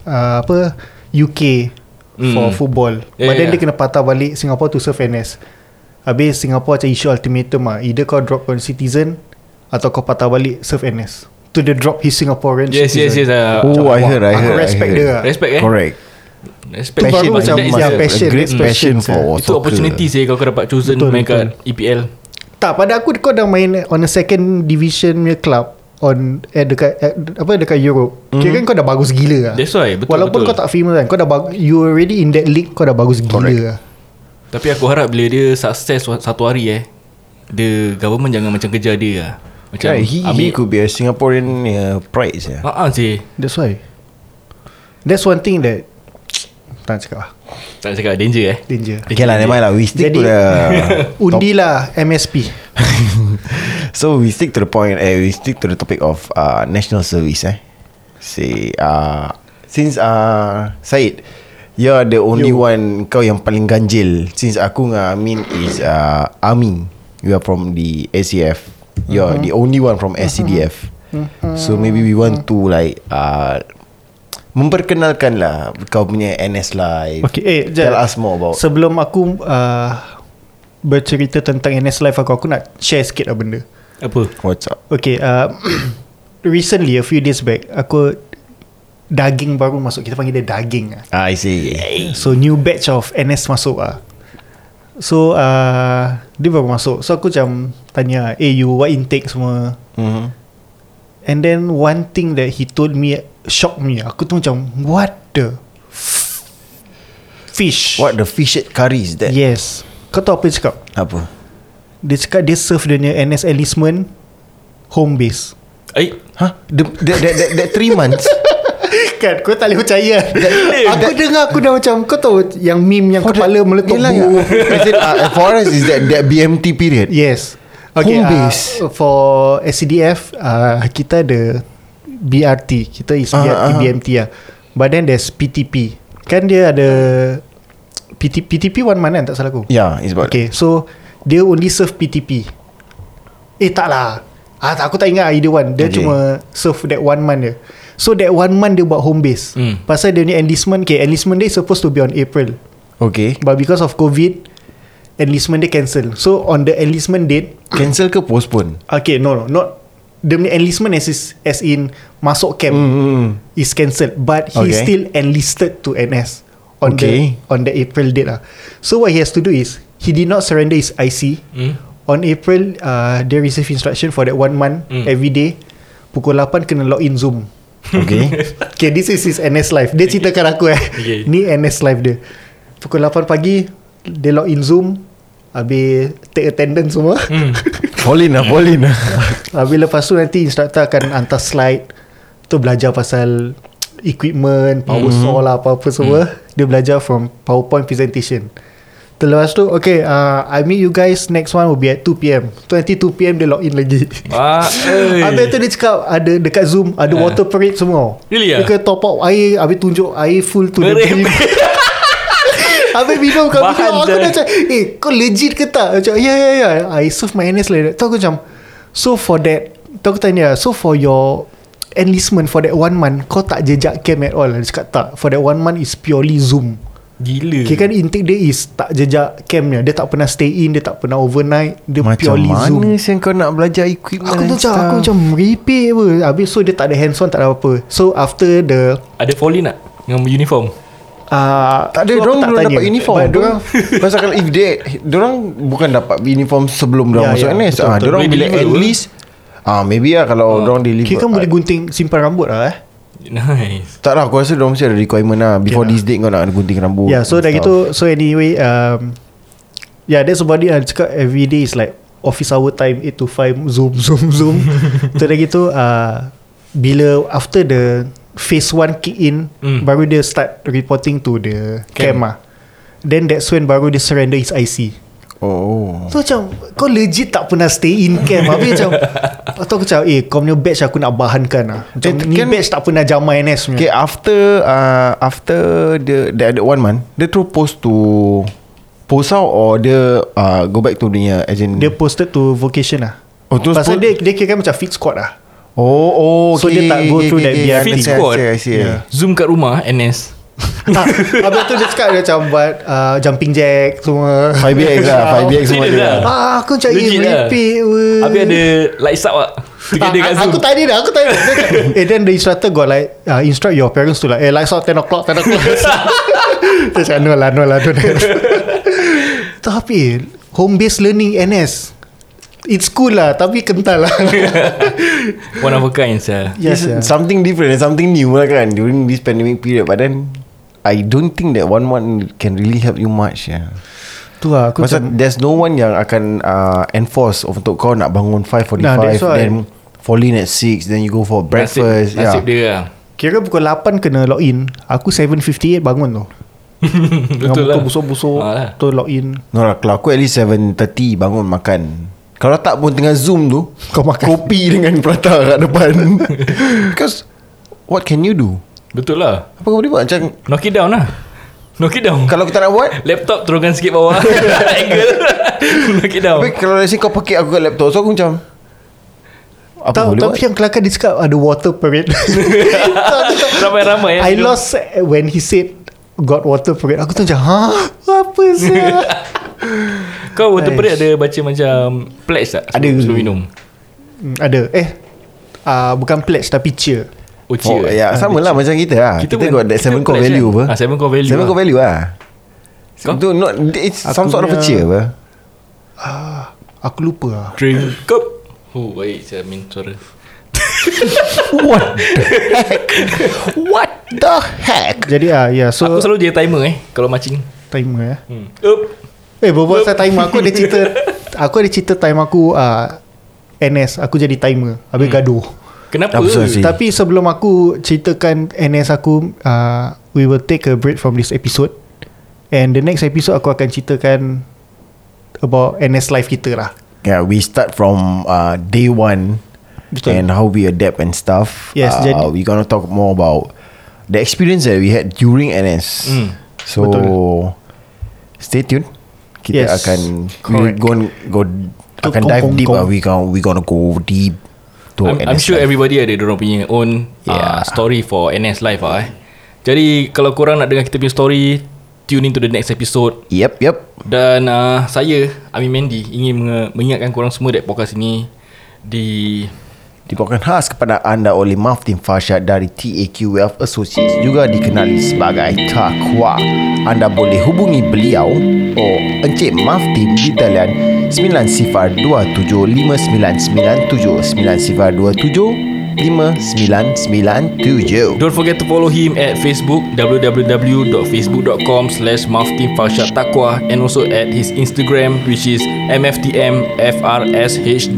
[SPEAKER 4] uh, apa UK
[SPEAKER 3] Hmm.
[SPEAKER 4] for football.
[SPEAKER 3] Yeah,
[SPEAKER 4] Yeah, But then
[SPEAKER 3] yeah,
[SPEAKER 4] dia kena patah balik Singapore to serve NS. Habis Singapore macam issue ultimatum ah. Either kau drop on citizen atau kau patah balik serve NS. To the drop his Singaporean
[SPEAKER 3] Yes yes yes
[SPEAKER 4] citizen.
[SPEAKER 3] ah.
[SPEAKER 2] Oh I heard I
[SPEAKER 4] Aku
[SPEAKER 2] heard I
[SPEAKER 4] respect
[SPEAKER 2] heard.
[SPEAKER 4] dia.
[SPEAKER 3] Respect eh
[SPEAKER 2] Correct
[SPEAKER 3] Respect
[SPEAKER 4] Passion
[SPEAKER 3] baru
[SPEAKER 4] macam-
[SPEAKER 3] that is a-
[SPEAKER 4] yeah, passion,
[SPEAKER 2] passion, great
[SPEAKER 4] it's
[SPEAKER 2] passion,
[SPEAKER 4] passion,
[SPEAKER 2] for
[SPEAKER 3] Itu
[SPEAKER 4] yeah.
[SPEAKER 2] soccer.
[SPEAKER 3] opportunity sih Kalau kau dapat chosen
[SPEAKER 4] Betul,
[SPEAKER 3] Main
[SPEAKER 4] betul.
[SPEAKER 3] kat EPL
[SPEAKER 4] Tak pada aku kau dah main on a second division punya club on eh, dekat eh, apa dekat Europe. Mm. Kira kan kau dah bagus gila lah.
[SPEAKER 3] Hmm. That's why, betul,
[SPEAKER 4] Walaupun
[SPEAKER 3] betul.
[SPEAKER 4] kau tak famous kan, kau dah bag- you already in that league kau dah bagus gila lah.
[SPEAKER 3] Tapi aku harap Bila dia sukses Satu hari eh The government Jangan macam kejar dia lah Macam
[SPEAKER 2] Yeah, he, he could be a Singaporean uh, pride yeah.
[SPEAKER 3] Haa Ah, sih
[SPEAKER 4] That's why. That's one thing that tak nak cakap lah.
[SPEAKER 3] Tak nak cakap danger eh
[SPEAKER 4] Danger.
[SPEAKER 2] Okay lah, never mind lah. We stick
[SPEAKER 4] Jadi-
[SPEAKER 2] to the uh,
[SPEAKER 4] Undi lah MSP.
[SPEAKER 2] So we stick to the point. Eh, we stick to the topic of uh, national service. Eh, say uh, since uh, Said, you're the only
[SPEAKER 4] You.
[SPEAKER 2] you. one kau yang paling ganjil. Since aku dengan Amin is uh, Amin, you are from the SCF. You're uh-huh.
[SPEAKER 4] Mm-hmm.
[SPEAKER 2] the only one from SCDF. Uh-huh. So maybe we want to like uh, memperkenalkan lah kau punya NS life.
[SPEAKER 4] Okay, eh, jap.
[SPEAKER 2] tell us more about.
[SPEAKER 4] Sebelum aku uh, bercerita tentang NS life aku, aku nak share sikit lah benda.
[SPEAKER 3] Apa
[SPEAKER 2] What's up?
[SPEAKER 4] Okay, uh, recently a few days back, aku daging baru masuk. Kita panggil dia daging lah.
[SPEAKER 2] Ah, I see.
[SPEAKER 4] So new batch of NS masuk lah. So uh, dia baru masuk. So aku macam tanya, eh you what intake semua?
[SPEAKER 2] Mm-hmm.
[SPEAKER 4] And then one thing that he told me shocked me. Aku tu macam what the f- fish?
[SPEAKER 2] What the fish curry is that?
[SPEAKER 4] Yes. Kau tahu apa dia cakap?
[SPEAKER 2] Apa?
[SPEAKER 4] Dia cakap dia serve dia punya NS enlistment home base.
[SPEAKER 3] Eh
[SPEAKER 2] Huh? The, that, that, that, that three months?
[SPEAKER 4] Kan kau tak boleh percaya Aku
[SPEAKER 2] that-
[SPEAKER 4] dengar aku dah macam Kau tahu yang meme yang
[SPEAKER 2] Oh,
[SPEAKER 4] kepala
[SPEAKER 2] that-
[SPEAKER 4] meletup
[SPEAKER 2] yelah,
[SPEAKER 4] buah.
[SPEAKER 2] yeah. As in, uh, for us is that, that BMT period.
[SPEAKER 4] Yes
[SPEAKER 2] Home
[SPEAKER 4] uh,
[SPEAKER 2] base.
[SPEAKER 4] For SCDF uh, Kita ada BRT Kita is
[SPEAKER 2] Ah,
[SPEAKER 4] BRT,
[SPEAKER 2] ah.
[SPEAKER 4] BMT lah But then there's PTP Kan dia ada PT, PTP one month kan tak salah aku
[SPEAKER 2] Yeah, it's about
[SPEAKER 4] Okay so Dia only serve PTP Eh tak lah ah, tak, Aku tak ingat either one Dia
[SPEAKER 2] Okay.
[SPEAKER 4] okay. cuma serve that one month dia So that one month dia buat home base
[SPEAKER 3] Hmm.
[SPEAKER 4] Pasal dia ni enlistment Okay enlistment day supposed to be on April
[SPEAKER 2] Okay.
[SPEAKER 4] But because of COVID Enlistment dia cancel So on the enlistment date
[SPEAKER 2] Cancel ke postpone?
[SPEAKER 4] Okay no no Not The enlistment as, is, as in Masuk camp
[SPEAKER 2] Mm-hmm.
[SPEAKER 4] Is cancelled But he
[SPEAKER 2] Okay.
[SPEAKER 4] still enlisted to NS On
[SPEAKER 2] Okay.
[SPEAKER 4] the On the April date lah So what he has to do is He did not surrender his IC
[SPEAKER 3] Hmm.
[SPEAKER 4] On April uh, They receive instruction For that one month
[SPEAKER 3] Mm.
[SPEAKER 4] Every day Pukul 8 kena log in Zoom
[SPEAKER 2] Okay.
[SPEAKER 4] Okay this is his NS life Dia ceritakan aku eh
[SPEAKER 3] Okay.
[SPEAKER 4] Ni NS life dia Pukul 8 pagi Dia log in Zoom Habis Take attendance semua
[SPEAKER 3] Hmm.
[SPEAKER 2] fall in lah, fall in lah.
[SPEAKER 4] Habis Ah, lepas tu nanti Instructor akan hantar slide Tu belajar pasal Equipment Power
[SPEAKER 3] Hmm.
[SPEAKER 4] mm. saw lah Apa-apa semua Dia belajar from PowerPoint presentation Tu lepas tu Okay uh, I meet you guys Next one will be at 2pm Tu nanti 2pm dia log in lagi
[SPEAKER 3] Ah,
[SPEAKER 4] Habis tu
[SPEAKER 3] eh.
[SPEAKER 4] dia cakap Ada dekat Zoom Ada water parade semua
[SPEAKER 3] Really ah?
[SPEAKER 4] Dia kena top up air Habis tunjuk air full to the
[SPEAKER 3] Merepek.
[SPEAKER 4] brim Habis minum kau
[SPEAKER 3] Bahan
[SPEAKER 4] minum Aku
[SPEAKER 3] dah.
[SPEAKER 4] dah macam Eh kau legit ke tak Macam ya ya ya I serve my NS like that Tu aku macam So for that Tu aku tanya So for your Enlistment for that one month Kau tak jejak camp at all Dia cakap tak For that one month is purely Zoom
[SPEAKER 3] Gila
[SPEAKER 4] Okay kan intake dia is Tak jejak campnya Dia tak pernah stay in Dia tak pernah overnight Dia purely Zoom
[SPEAKER 2] yang kau nak belajar equipment
[SPEAKER 4] Aku
[SPEAKER 2] and
[SPEAKER 4] tu macam
[SPEAKER 2] stuff?
[SPEAKER 4] Aku macam meripik apa Habis so dia tak ada hands on Tak ada apa So after the
[SPEAKER 3] Ada fall in tak Dengan uniform
[SPEAKER 4] uh,
[SPEAKER 2] tak ada,
[SPEAKER 4] so aku
[SPEAKER 2] dorang belum
[SPEAKER 4] tanya.
[SPEAKER 2] dapat uniform
[SPEAKER 4] But
[SPEAKER 2] dorang,
[SPEAKER 4] dorang-
[SPEAKER 2] Pasal kalau if they Dorang bukan dapat uniform sebelum
[SPEAKER 4] Ya,
[SPEAKER 2] dorang masuk
[SPEAKER 4] ya,
[SPEAKER 2] NS
[SPEAKER 4] betul,
[SPEAKER 2] ah,
[SPEAKER 4] betul.
[SPEAKER 2] Dorang
[SPEAKER 3] Boleh
[SPEAKER 2] bila
[SPEAKER 3] deliver
[SPEAKER 2] at
[SPEAKER 3] apa?
[SPEAKER 2] least ah, Maybe lah kalau dorang deliver Ah,
[SPEAKER 4] Kira kan boleh gunting Simpan rambut lah eh
[SPEAKER 3] Nice
[SPEAKER 2] Tak lah aku rasa Diorang mesti ada requirement lah Before
[SPEAKER 4] Okay
[SPEAKER 2] this date kau nak gunting rambut
[SPEAKER 4] Yeah so
[SPEAKER 2] and Oh,
[SPEAKER 4] dah
[SPEAKER 2] stuff.
[SPEAKER 4] gitu So anyway um, Yeah that's about it lah Dia Cakap every day is like Office hour time 8 to 5 Zoom zoom zoom So dah gitu uh, Bila after the Phase 1 kick in
[SPEAKER 3] Mm.
[SPEAKER 4] Baru dia start reporting to the Camp,
[SPEAKER 3] Camp.
[SPEAKER 4] lah Then that's when baru dia surrender his IC
[SPEAKER 2] Oh
[SPEAKER 4] So macam Kau legit tak pernah stay in camp Habis macam Atau aku macam Eh kau punya batch aku nak bahankan lah Macam
[SPEAKER 2] Eh,
[SPEAKER 4] ni
[SPEAKER 2] kan-
[SPEAKER 4] batch tak pernah jamai NS punya
[SPEAKER 2] Okay after uh, After the, the, the one month Dia terus post to Post out or dia uh, Go back to dia As in
[SPEAKER 4] Dia posted to vocation lah
[SPEAKER 2] Oh, terus put-
[SPEAKER 4] Pasal dia, dia kira kan macam fit squad lah
[SPEAKER 2] Oh oh
[SPEAKER 4] So, dia tak go through that BRT.
[SPEAKER 2] Fit squad I see, I see.
[SPEAKER 3] Zoom kat rumah NS
[SPEAKER 4] ah, Habis tu dia cakap dia macam buat uh, Jumping jack semua
[SPEAKER 2] 5BX lah 5BX semua
[SPEAKER 3] Serious
[SPEAKER 2] dia
[SPEAKER 3] lah.
[SPEAKER 4] Ah, aku macam Eh
[SPEAKER 3] Legit lah
[SPEAKER 4] meripik weh.
[SPEAKER 3] Habis ada Lights up lah
[SPEAKER 4] Ah,
[SPEAKER 3] Together kat
[SPEAKER 4] ah,
[SPEAKER 3] Zoom
[SPEAKER 4] aku tanya dah Aku tanya dah Dia cakap, Eh then the instructor got like uh, Instruct your parents to like Eh lights out 10 o'clock 10 o'clock Saya cakap no lah No lah don't have. Tapi Home based learning NS It's cool lah Tapi kental lah
[SPEAKER 3] One of a kind sah.
[SPEAKER 4] Yes yeah.
[SPEAKER 2] It's something different and something new lah kan during this pandemic period. But then I don't think that one one can really help you much. Yeah.
[SPEAKER 4] Tu lah aku
[SPEAKER 2] Masa
[SPEAKER 4] macam-
[SPEAKER 2] there's no one yang akan uh, enforce untuk kau nak bangun 5.45
[SPEAKER 4] Nah, that's why.
[SPEAKER 2] then fall in at 6 then you go for breakfast. ya.
[SPEAKER 3] Nasib, nasib
[SPEAKER 2] yeah.
[SPEAKER 3] dia lah.
[SPEAKER 4] Kira pukul 8 kena log in Aku 7.58 bangun tu
[SPEAKER 3] Betul lah.
[SPEAKER 4] busuk-busuk
[SPEAKER 3] Ha lah.
[SPEAKER 4] Tu log in
[SPEAKER 2] No lah, kalau aku at least 7.30 bangun makan. Kalau tak pun tengah Zoom tu,
[SPEAKER 4] Kau makan.
[SPEAKER 2] kopi dengan prata kat depan. Because what can you do?
[SPEAKER 3] Betul lah.
[SPEAKER 2] Apa kau boleh buat? Macam
[SPEAKER 3] Knock it down lah. Knock it down.
[SPEAKER 2] kalau kita nak buat,
[SPEAKER 3] Laptop turunkan sikit bawah. Angle. Knock it down.
[SPEAKER 2] tapi kalau let's say kau pakai aku kat laptop, so aku macam apa
[SPEAKER 4] Tahu
[SPEAKER 2] boleh
[SPEAKER 4] tapi
[SPEAKER 2] buat?
[SPEAKER 4] yang kelakar dia cakap ada water parade. Tahu, tahu.
[SPEAKER 3] Ramai-ramai eh.
[SPEAKER 4] I lost when he said got water parade. Aku tu macam, ha? Apa sah?
[SPEAKER 3] Kau water parade ada baca macam pledge tak?
[SPEAKER 2] Ada.
[SPEAKER 3] Sebelum- Sebelum minum.
[SPEAKER 4] Hmm, ada. Eh, uh, bukan pledge tapi cheer.
[SPEAKER 3] Oh,
[SPEAKER 2] Oh,
[SPEAKER 3] cheer.
[SPEAKER 2] ya, sama lah macam kita lah. Kita, kita
[SPEAKER 3] pun-
[SPEAKER 2] got that
[SPEAKER 3] kita
[SPEAKER 2] seven core
[SPEAKER 3] pledge
[SPEAKER 2] value
[SPEAKER 3] kan?
[SPEAKER 2] apa.
[SPEAKER 3] Ah, seven core value.
[SPEAKER 2] Seven
[SPEAKER 3] lah.
[SPEAKER 2] core value lah.
[SPEAKER 3] Kau?
[SPEAKER 2] Itu not, it's some
[SPEAKER 4] Aku
[SPEAKER 2] sort of a
[SPEAKER 4] punya-
[SPEAKER 2] cheer apa.
[SPEAKER 4] Aku lupa lah.
[SPEAKER 3] Drink cup. Oh, baik. Saya min suara.
[SPEAKER 2] What the heck?
[SPEAKER 4] Jadi ah ya yeah, so
[SPEAKER 3] Aku selalu jadi timer eh. Kalau macing.
[SPEAKER 4] timer eh.
[SPEAKER 3] Hmm. Up.
[SPEAKER 4] Eh berbual pasal timer aku ada cerita aku ada cerita time aku uh, NS aku jadi timer habis hmm. gaduh.
[SPEAKER 3] Kenapa?
[SPEAKER 2] Apa sah, Si?
[SPEAKER 4] Tapi sebelum aku ceritakan NS aku uh, We will take a break from this episode And the next episode aku akan ceritakan About NS life kita lah
[SPEAKER 2] Yeah, we start from uh, day one
[SPEAKER 4] Betul.
[SPEAKER 2] and how we adapt and stuff.
[SPEAKER 4] Yes,
[SPEAKER 2] uh,
[SPEAKER 4] jadi-
[SPEAKER 2] we gonna talk more about the experience that we had during NS.
[SPEAKER 3] Mm,
[SPEAKER 2] so
[SPEAKER 4] betul.
[SPEAKER 2] stay tuned. Kita
[SPEAKER 4] Yes,
[SPEAKER 2] akan we
[SPEAKER 4] correct.
[SPEAKER 2] go go akan
[SPEAKER 4] kong,
[SPEAKER 2] dive
[SPEAKER 4] kong,
[SPEAKER 2] deep.
[SPEAKER 4] kong.
[SPEAKER 2] Uh, we gonna we gonna go deep to
[SPEAKER 3] I'm,
[SPEAKER 2] NS.
[SPEAKER 3] I'm
[SPEAKER 2] Oh,
[SPEAKER 3] sure
[SPEAKER 2] life.
[SPEAKER 3] everybody ada dorang punya own yeah. uh,
[SPEAKER 2] Yeah.
[SPEAKER 3] story for NS life ah eh. Jadi kalau korang nak dengar kita punya story, tune in to the next episode
[SPEAKER 2] Yep, yep.
[SPEAKER 3] dan uh, saya Amin Mendy ingin menge- mengingatkan korang semua dekat podcast ini di
[SPEAKER 2] Dibawakan khas kepada anda oleh Maftin Fasha dari TAQF Associates juga dikenali sebagai Takwa. Anda boleh hubungi beliau oh Encik Maftin di talian 90275997 90275997.
[SPEAKER 3] Don't forget to follow him at Facebook www.facebook.com slash Takwa and also at his Instagram which is mftmfrshd.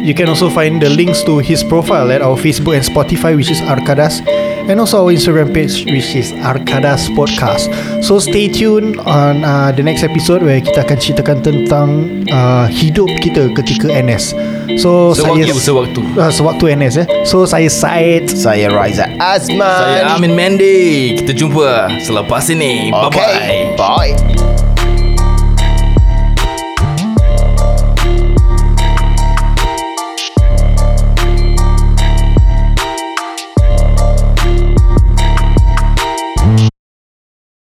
[SPEAKER 4] You can also find the links to his profile At our Facebook and Spotify Which is Arkadas And also our Instagram page Which is Arkadas Podcast So stay tuned On uh, the next episode Where kita akan ceritakan tentang uh, Hidup kita ketika NS So
[SPEAKER 3] Sewaktu,
[SPEAKER 4] saya
[SPEAKER 3] sewaktu.
[SPEAKER 4] uh, Sewaktu NS eh So saya Syed
[SPEAKER 2] Saya Raiza Azman.
[SPEAKER 3] Saya Amin Mendy. Kita jumpa selepas ini.
[SPEAKER 2] Okay,
[SPEAKER 3] Bye-bye.
[SPEAKER 2] Bye.